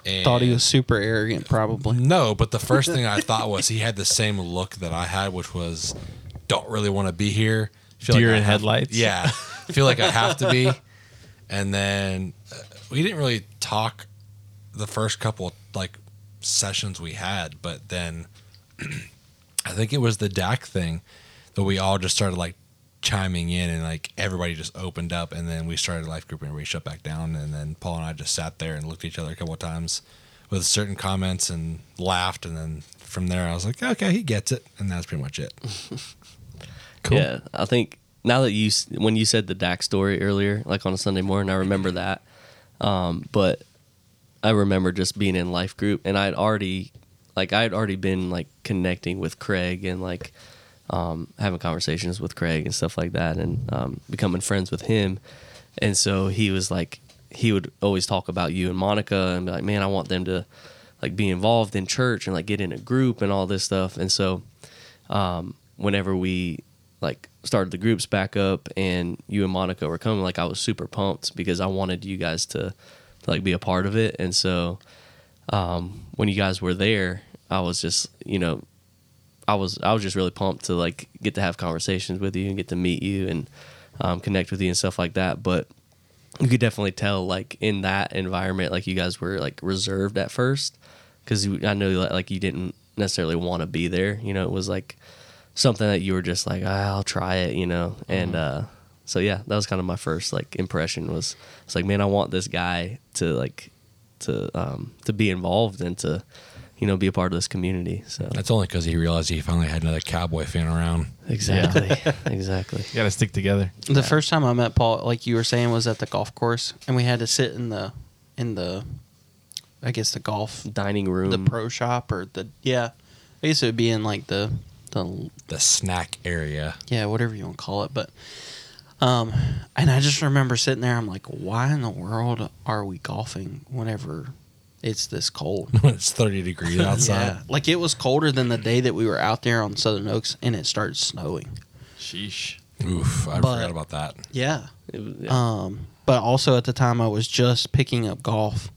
And Thought he was super arrogant, probably. No, but the first thing I thought was he had the same look that I had, which was don't really want to be here. Feel Deer I in have- headlights? Yeah, feel like I have to be. And then uh, we didn't really talk the first couple like sessions we had, but then (clears throat) I think it was the DAC thing that we all just started like chiming in and like everybody just opened up and then we started life group and we shut back down and then Paul and I just sat there and looked at each other a couple of times with certain comments and laughed and then from there I was like okay he gets it and that's pretty much it Cool. Yeah, I think now that you s- when you said the Dak story earlier, like on a Sunday morning, I remember that. Um, but I remember just being in life group, and I'd already like I'd already been like connecting with Craig and like um, having conversations with Craig and stuff like that, and um, becoming friends with him. And so he was like, he would always talk about you and Monica, and be like, man, I want them to like be involved in church and like get in a group and all this stuff. And so um, whenever we like started the groups back up and you and Monica were coming, like I was super pumped because I wanted you guys to, to like be a part of it. And so um, when you guys were there, I was just you know, I was I was just really pumped to like get to have conversations with you and get to meet you and um, connect with you and stuff like that. But you could definitely tell like in that environment, like you guys were like reserved at first because I know like you didn't necessarily want to be there. You know, it was like something that you were just like, "Ah, I'll try it, you know. And uh, so yeah, that was kind of my first like impression was it's like, man, I want this guy to like to um to be involved and to you know be a part of this community. So (laughs) that's only because he realized he finally had another cowboy fan around exactly, (laughs) exactly. You gotta stick together. The first time I met Paul, like you were saying, was at the golf course, and we had to sit in the in the, I guess the golf, Dining room. the pro shop or the yeah, I guess it would be in like the the the snack area (laughs) yeah whatever you want to call it, but. Um, and I just remember sitting there. I'm like, why in the world are we golfing whenever it's this (laughs) cold? when it's 30 degrees outside Yeah, like it was colder than the day that we were out there on Southern Oaks, and it started snowing. Sheesh. oof I But- forgot about that Yeah. It was- yeah. Um, but also at the time I was just picking up golf,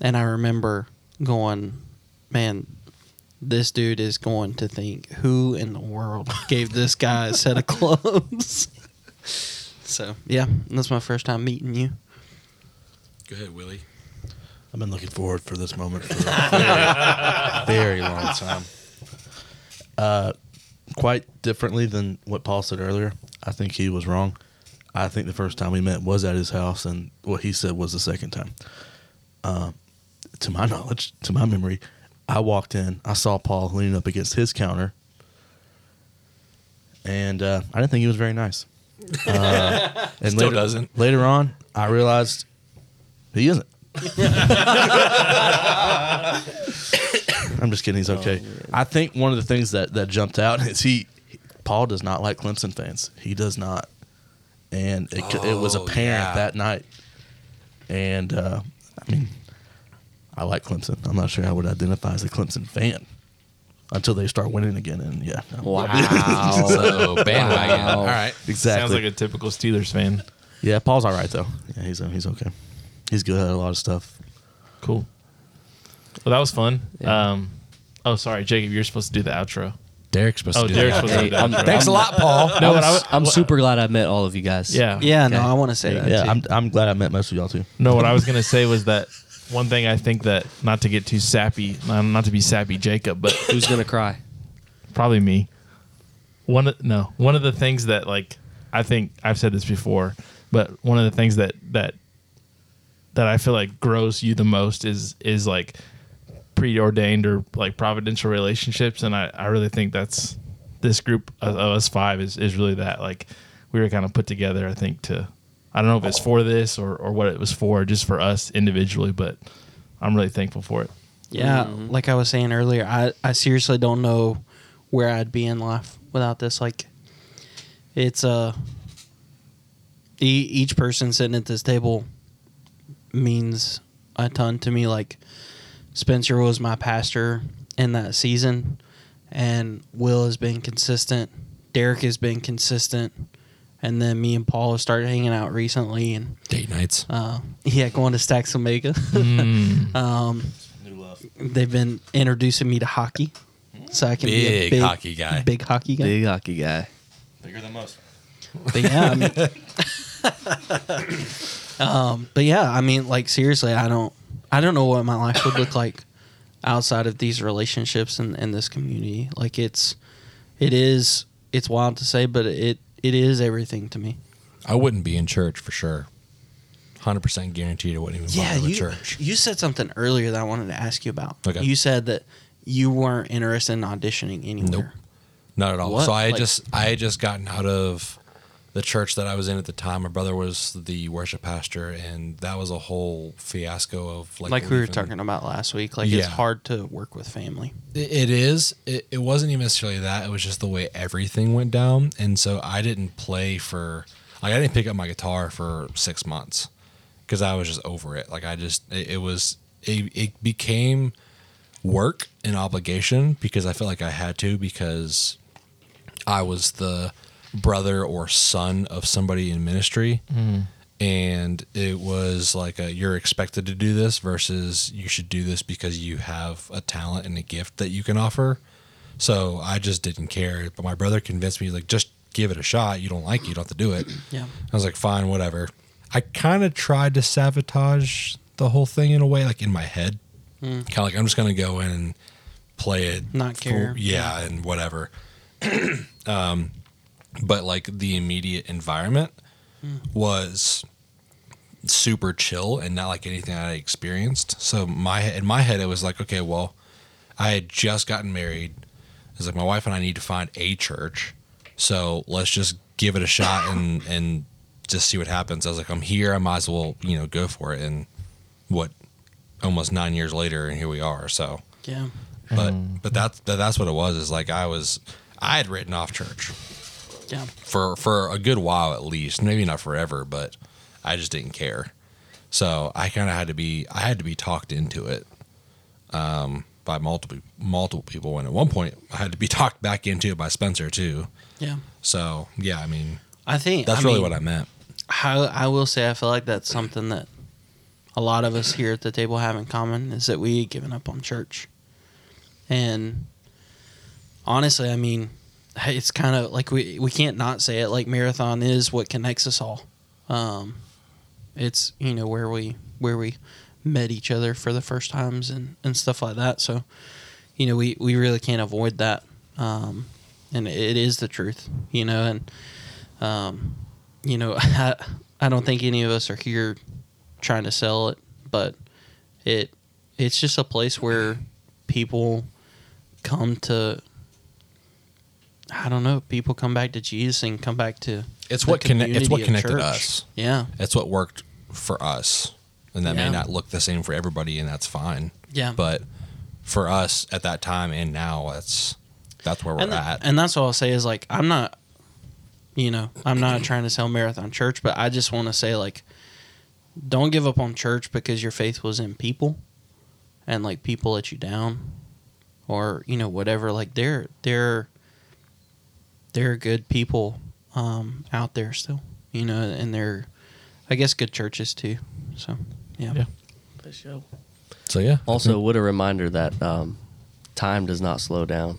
and I remember going, man, this dude is going to think who in the world (laughs) gave this guy a set of clothes. (laughs) so yeah, that's my first time meeting you. go ahead Willie I've been looking forward for this moment for a very, very long time. Uh, quite differently than what Paul said earlier. I think he was wrong. I think the first time we met was at his house, and what he said was the second time. Uh, to my (laughs) knowledge, to my memory, I walked in, I saw Paul leaning up against his counter, and uh, I didn't think he was very nice. Uh, and Still later, doesn't. Later on, I realized (laughs) he isn't. I'm just kidding. He's okay. Oh, I think one of the things that that jumped out is he Paul does not like Clemson fans. He does not, and it, c it was Oh, apparent yeah. that night. And uh, I mean, I like Clemson. I'm not sure I would identify as a Clemson fan until they start winning again. And yeah, no. wow. (laughs) so bandwagon Wow. all right (laughs) exactly. Sounds like a typical Steelers fan. yeah, Paul's all right though. Yeah, he's he's okay. He's good at a lot of stuff. Cool. Well, that was fun. Yeah. Um, oh, sorry, Jacob, you're supposed to do the outro. Derek's supposed Oh, to do Derek's that. supposed (laughs) to do the I'm- outro. thanks a lot Paul No, I'm, but I s- was- I'm what- super glad I met all of you guys. Yeah. Yeah, Okay. no, I want to say that. Yeah, too. I'm I'm glad I met most of y'all too. No, what I was gonna say was that one thing I think that not to get too sappy, um, not to be sappy, Jacob, but Who's gonna cry? probably me. One of- no, one of the things that like I think I've said this before But one of the things that that that I feel like grows you the most is is like preordained or like providential relationships, and I I really think that's this group of, of us five is is really that like we were kind of put together. I think to I don't know if it's for this or or what it was for, just for us individually, but I'm really thankful for it. Yeah, like I was saying earlier, I, I seriously don't know where I'd be in life without this. Like, it's uh, e- each person sitting at this table means a ton to me. Like, Spencer was my pastor in that season, and Will has been consistent. Derek has been consistent, and then me and Paul have started hanging out recently, and Date nights. uh, yeah, going to Stacks Omega. Mm. (laughs) um, New love. They've been introducing me to hockey, so I can be a Big big hockey guy. Big hockey guy. Big hockey guy. Bigger than most. But yeah, I mean, (laughs) um, but yeah, I mean, like seriously, I don't, I don't know what my life would look like outside of these relationships and, and this community. Like it's, it is, it's wild to say, but it it is everything to me. I wouldn't be in church for sure. Hundred percent guaranteed. I wouldn't even Yeah, bother you, with church. you said something earlier that I wanted to ask you about. Okay. You said that you weren't interested in auditioning anywhere. Nope. Not at all. What? So I had Like- just I had just gotten out of the church that I was in at the time. My brother was the worship pastor, and that was a whole fiasco of like like we were leaving- talking about last week like it's Yeah. hard to work with family It it is. It, it wasn't even necessarily that. It was just the way everything went down, and so I didn't play for. Like I didn't pick up my guitar for six months because I was just over it. Like I just it, it was it, it became work and obligation because I felt like I had to because I was the brother or son of somebody in ministry. And it was like a, you're expected to do this versus you should do this because you have a talent and a gift that you can offer. So I just didn't care. But my brother convinced me, like, just give it a shot. You don't like it, you don't have to do it. yeah I was like, fine, whatever. I kind of tried to sabotage the whole thing in a way, like in my head. Kind of like, I'm just going to go in and play it. Not for- care. yeah, and whatever. (clears throat) um, but like the immediate environment Hmm. was super chill and not like anything I experienced. So my in my head, it was like, okay, well, I had just gotten married. It's like my wife and I need to find a church, so let's just give it a shot (laughs) and and just see what happens. I was like, I'm here. I might as well you know go for it. And what, almost nine years later, and here we are. So, yeah but but that's that, that's what it was. Is like I was I had written off church yeah for for a good while at least maybe not forever but i just didn't care so i kind of had to be i had to be talked into it um by multiple multiple people and at one point i had to be (laughs) talked back into it by spencer too yeah so yeah i mean i think that's I really mean, what i meant how i will say i feel like that's something that a lot of us here at the table have in common is that we had given up on church and honestly i mean it's kind of like we we can't not say it like marathon is what connects us all um it's you know where we where we met each other for the first times and and stuff like that so you know we we really can't avoid that um and it is the truth you know and um you know (laughs) i i don't think any of us are here trying to sell it but it it's just a place where people come to i don't know people come back to jesus and come back to it's the what conne- it's what community of connected church. us yeah it's what worked for us and that Yeah. may not look the same for everybody and that's fine Yeah. but for us at that time and now that's that's where we're and, th- at and that's all I'll say is like I'm not, you know, I'm not trying to sell Marathon Church, but I just want to say like, don't give up on church because your faith was in people, and like people let you down, or you know whatever. Like there, there, there are good people um, out there still, you know, and they're, I guess, good churches too. So yeah, Yeah. so yeah Also, what a reminder that um, time does not slow down.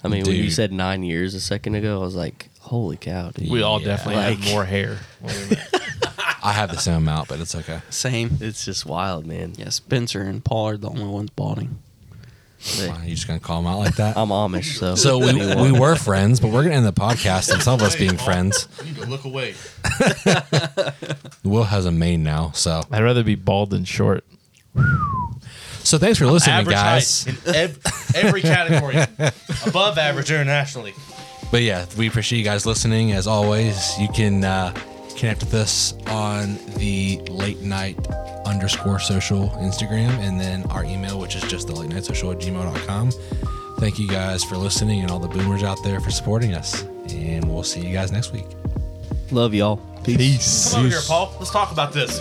I mean, when you Dude. said nine years a second ago, I was like, holy cow, dude. We all Yeah. definitely Like- have more hair. when we met. I have the same amount, but it's okay. same. It's just wild, man. Yeah, Spencer and Paul are the only ones balding. Why, you just gonna call him out like that? I'm Amish, so so we, we were friends, but we're gonna end the podcast on some of us being friends. oh, You need to look away. (laughs) Will has a mane now, so I'd rather be bald than short. so thanks for listening, Average guys. height in ev- every category, above average internationally. But yeah, we appreciate you guys listening. As always, you can uh, connect with us on the late night underscore social Instagram and then our email, which is just the late night social at gmail.com. Thank you guys for listening and all the boomers out there for supporting us. And we'll see you guys next week. love y'all. Peace. Peace. Come over here, Paul. Let's talk about this.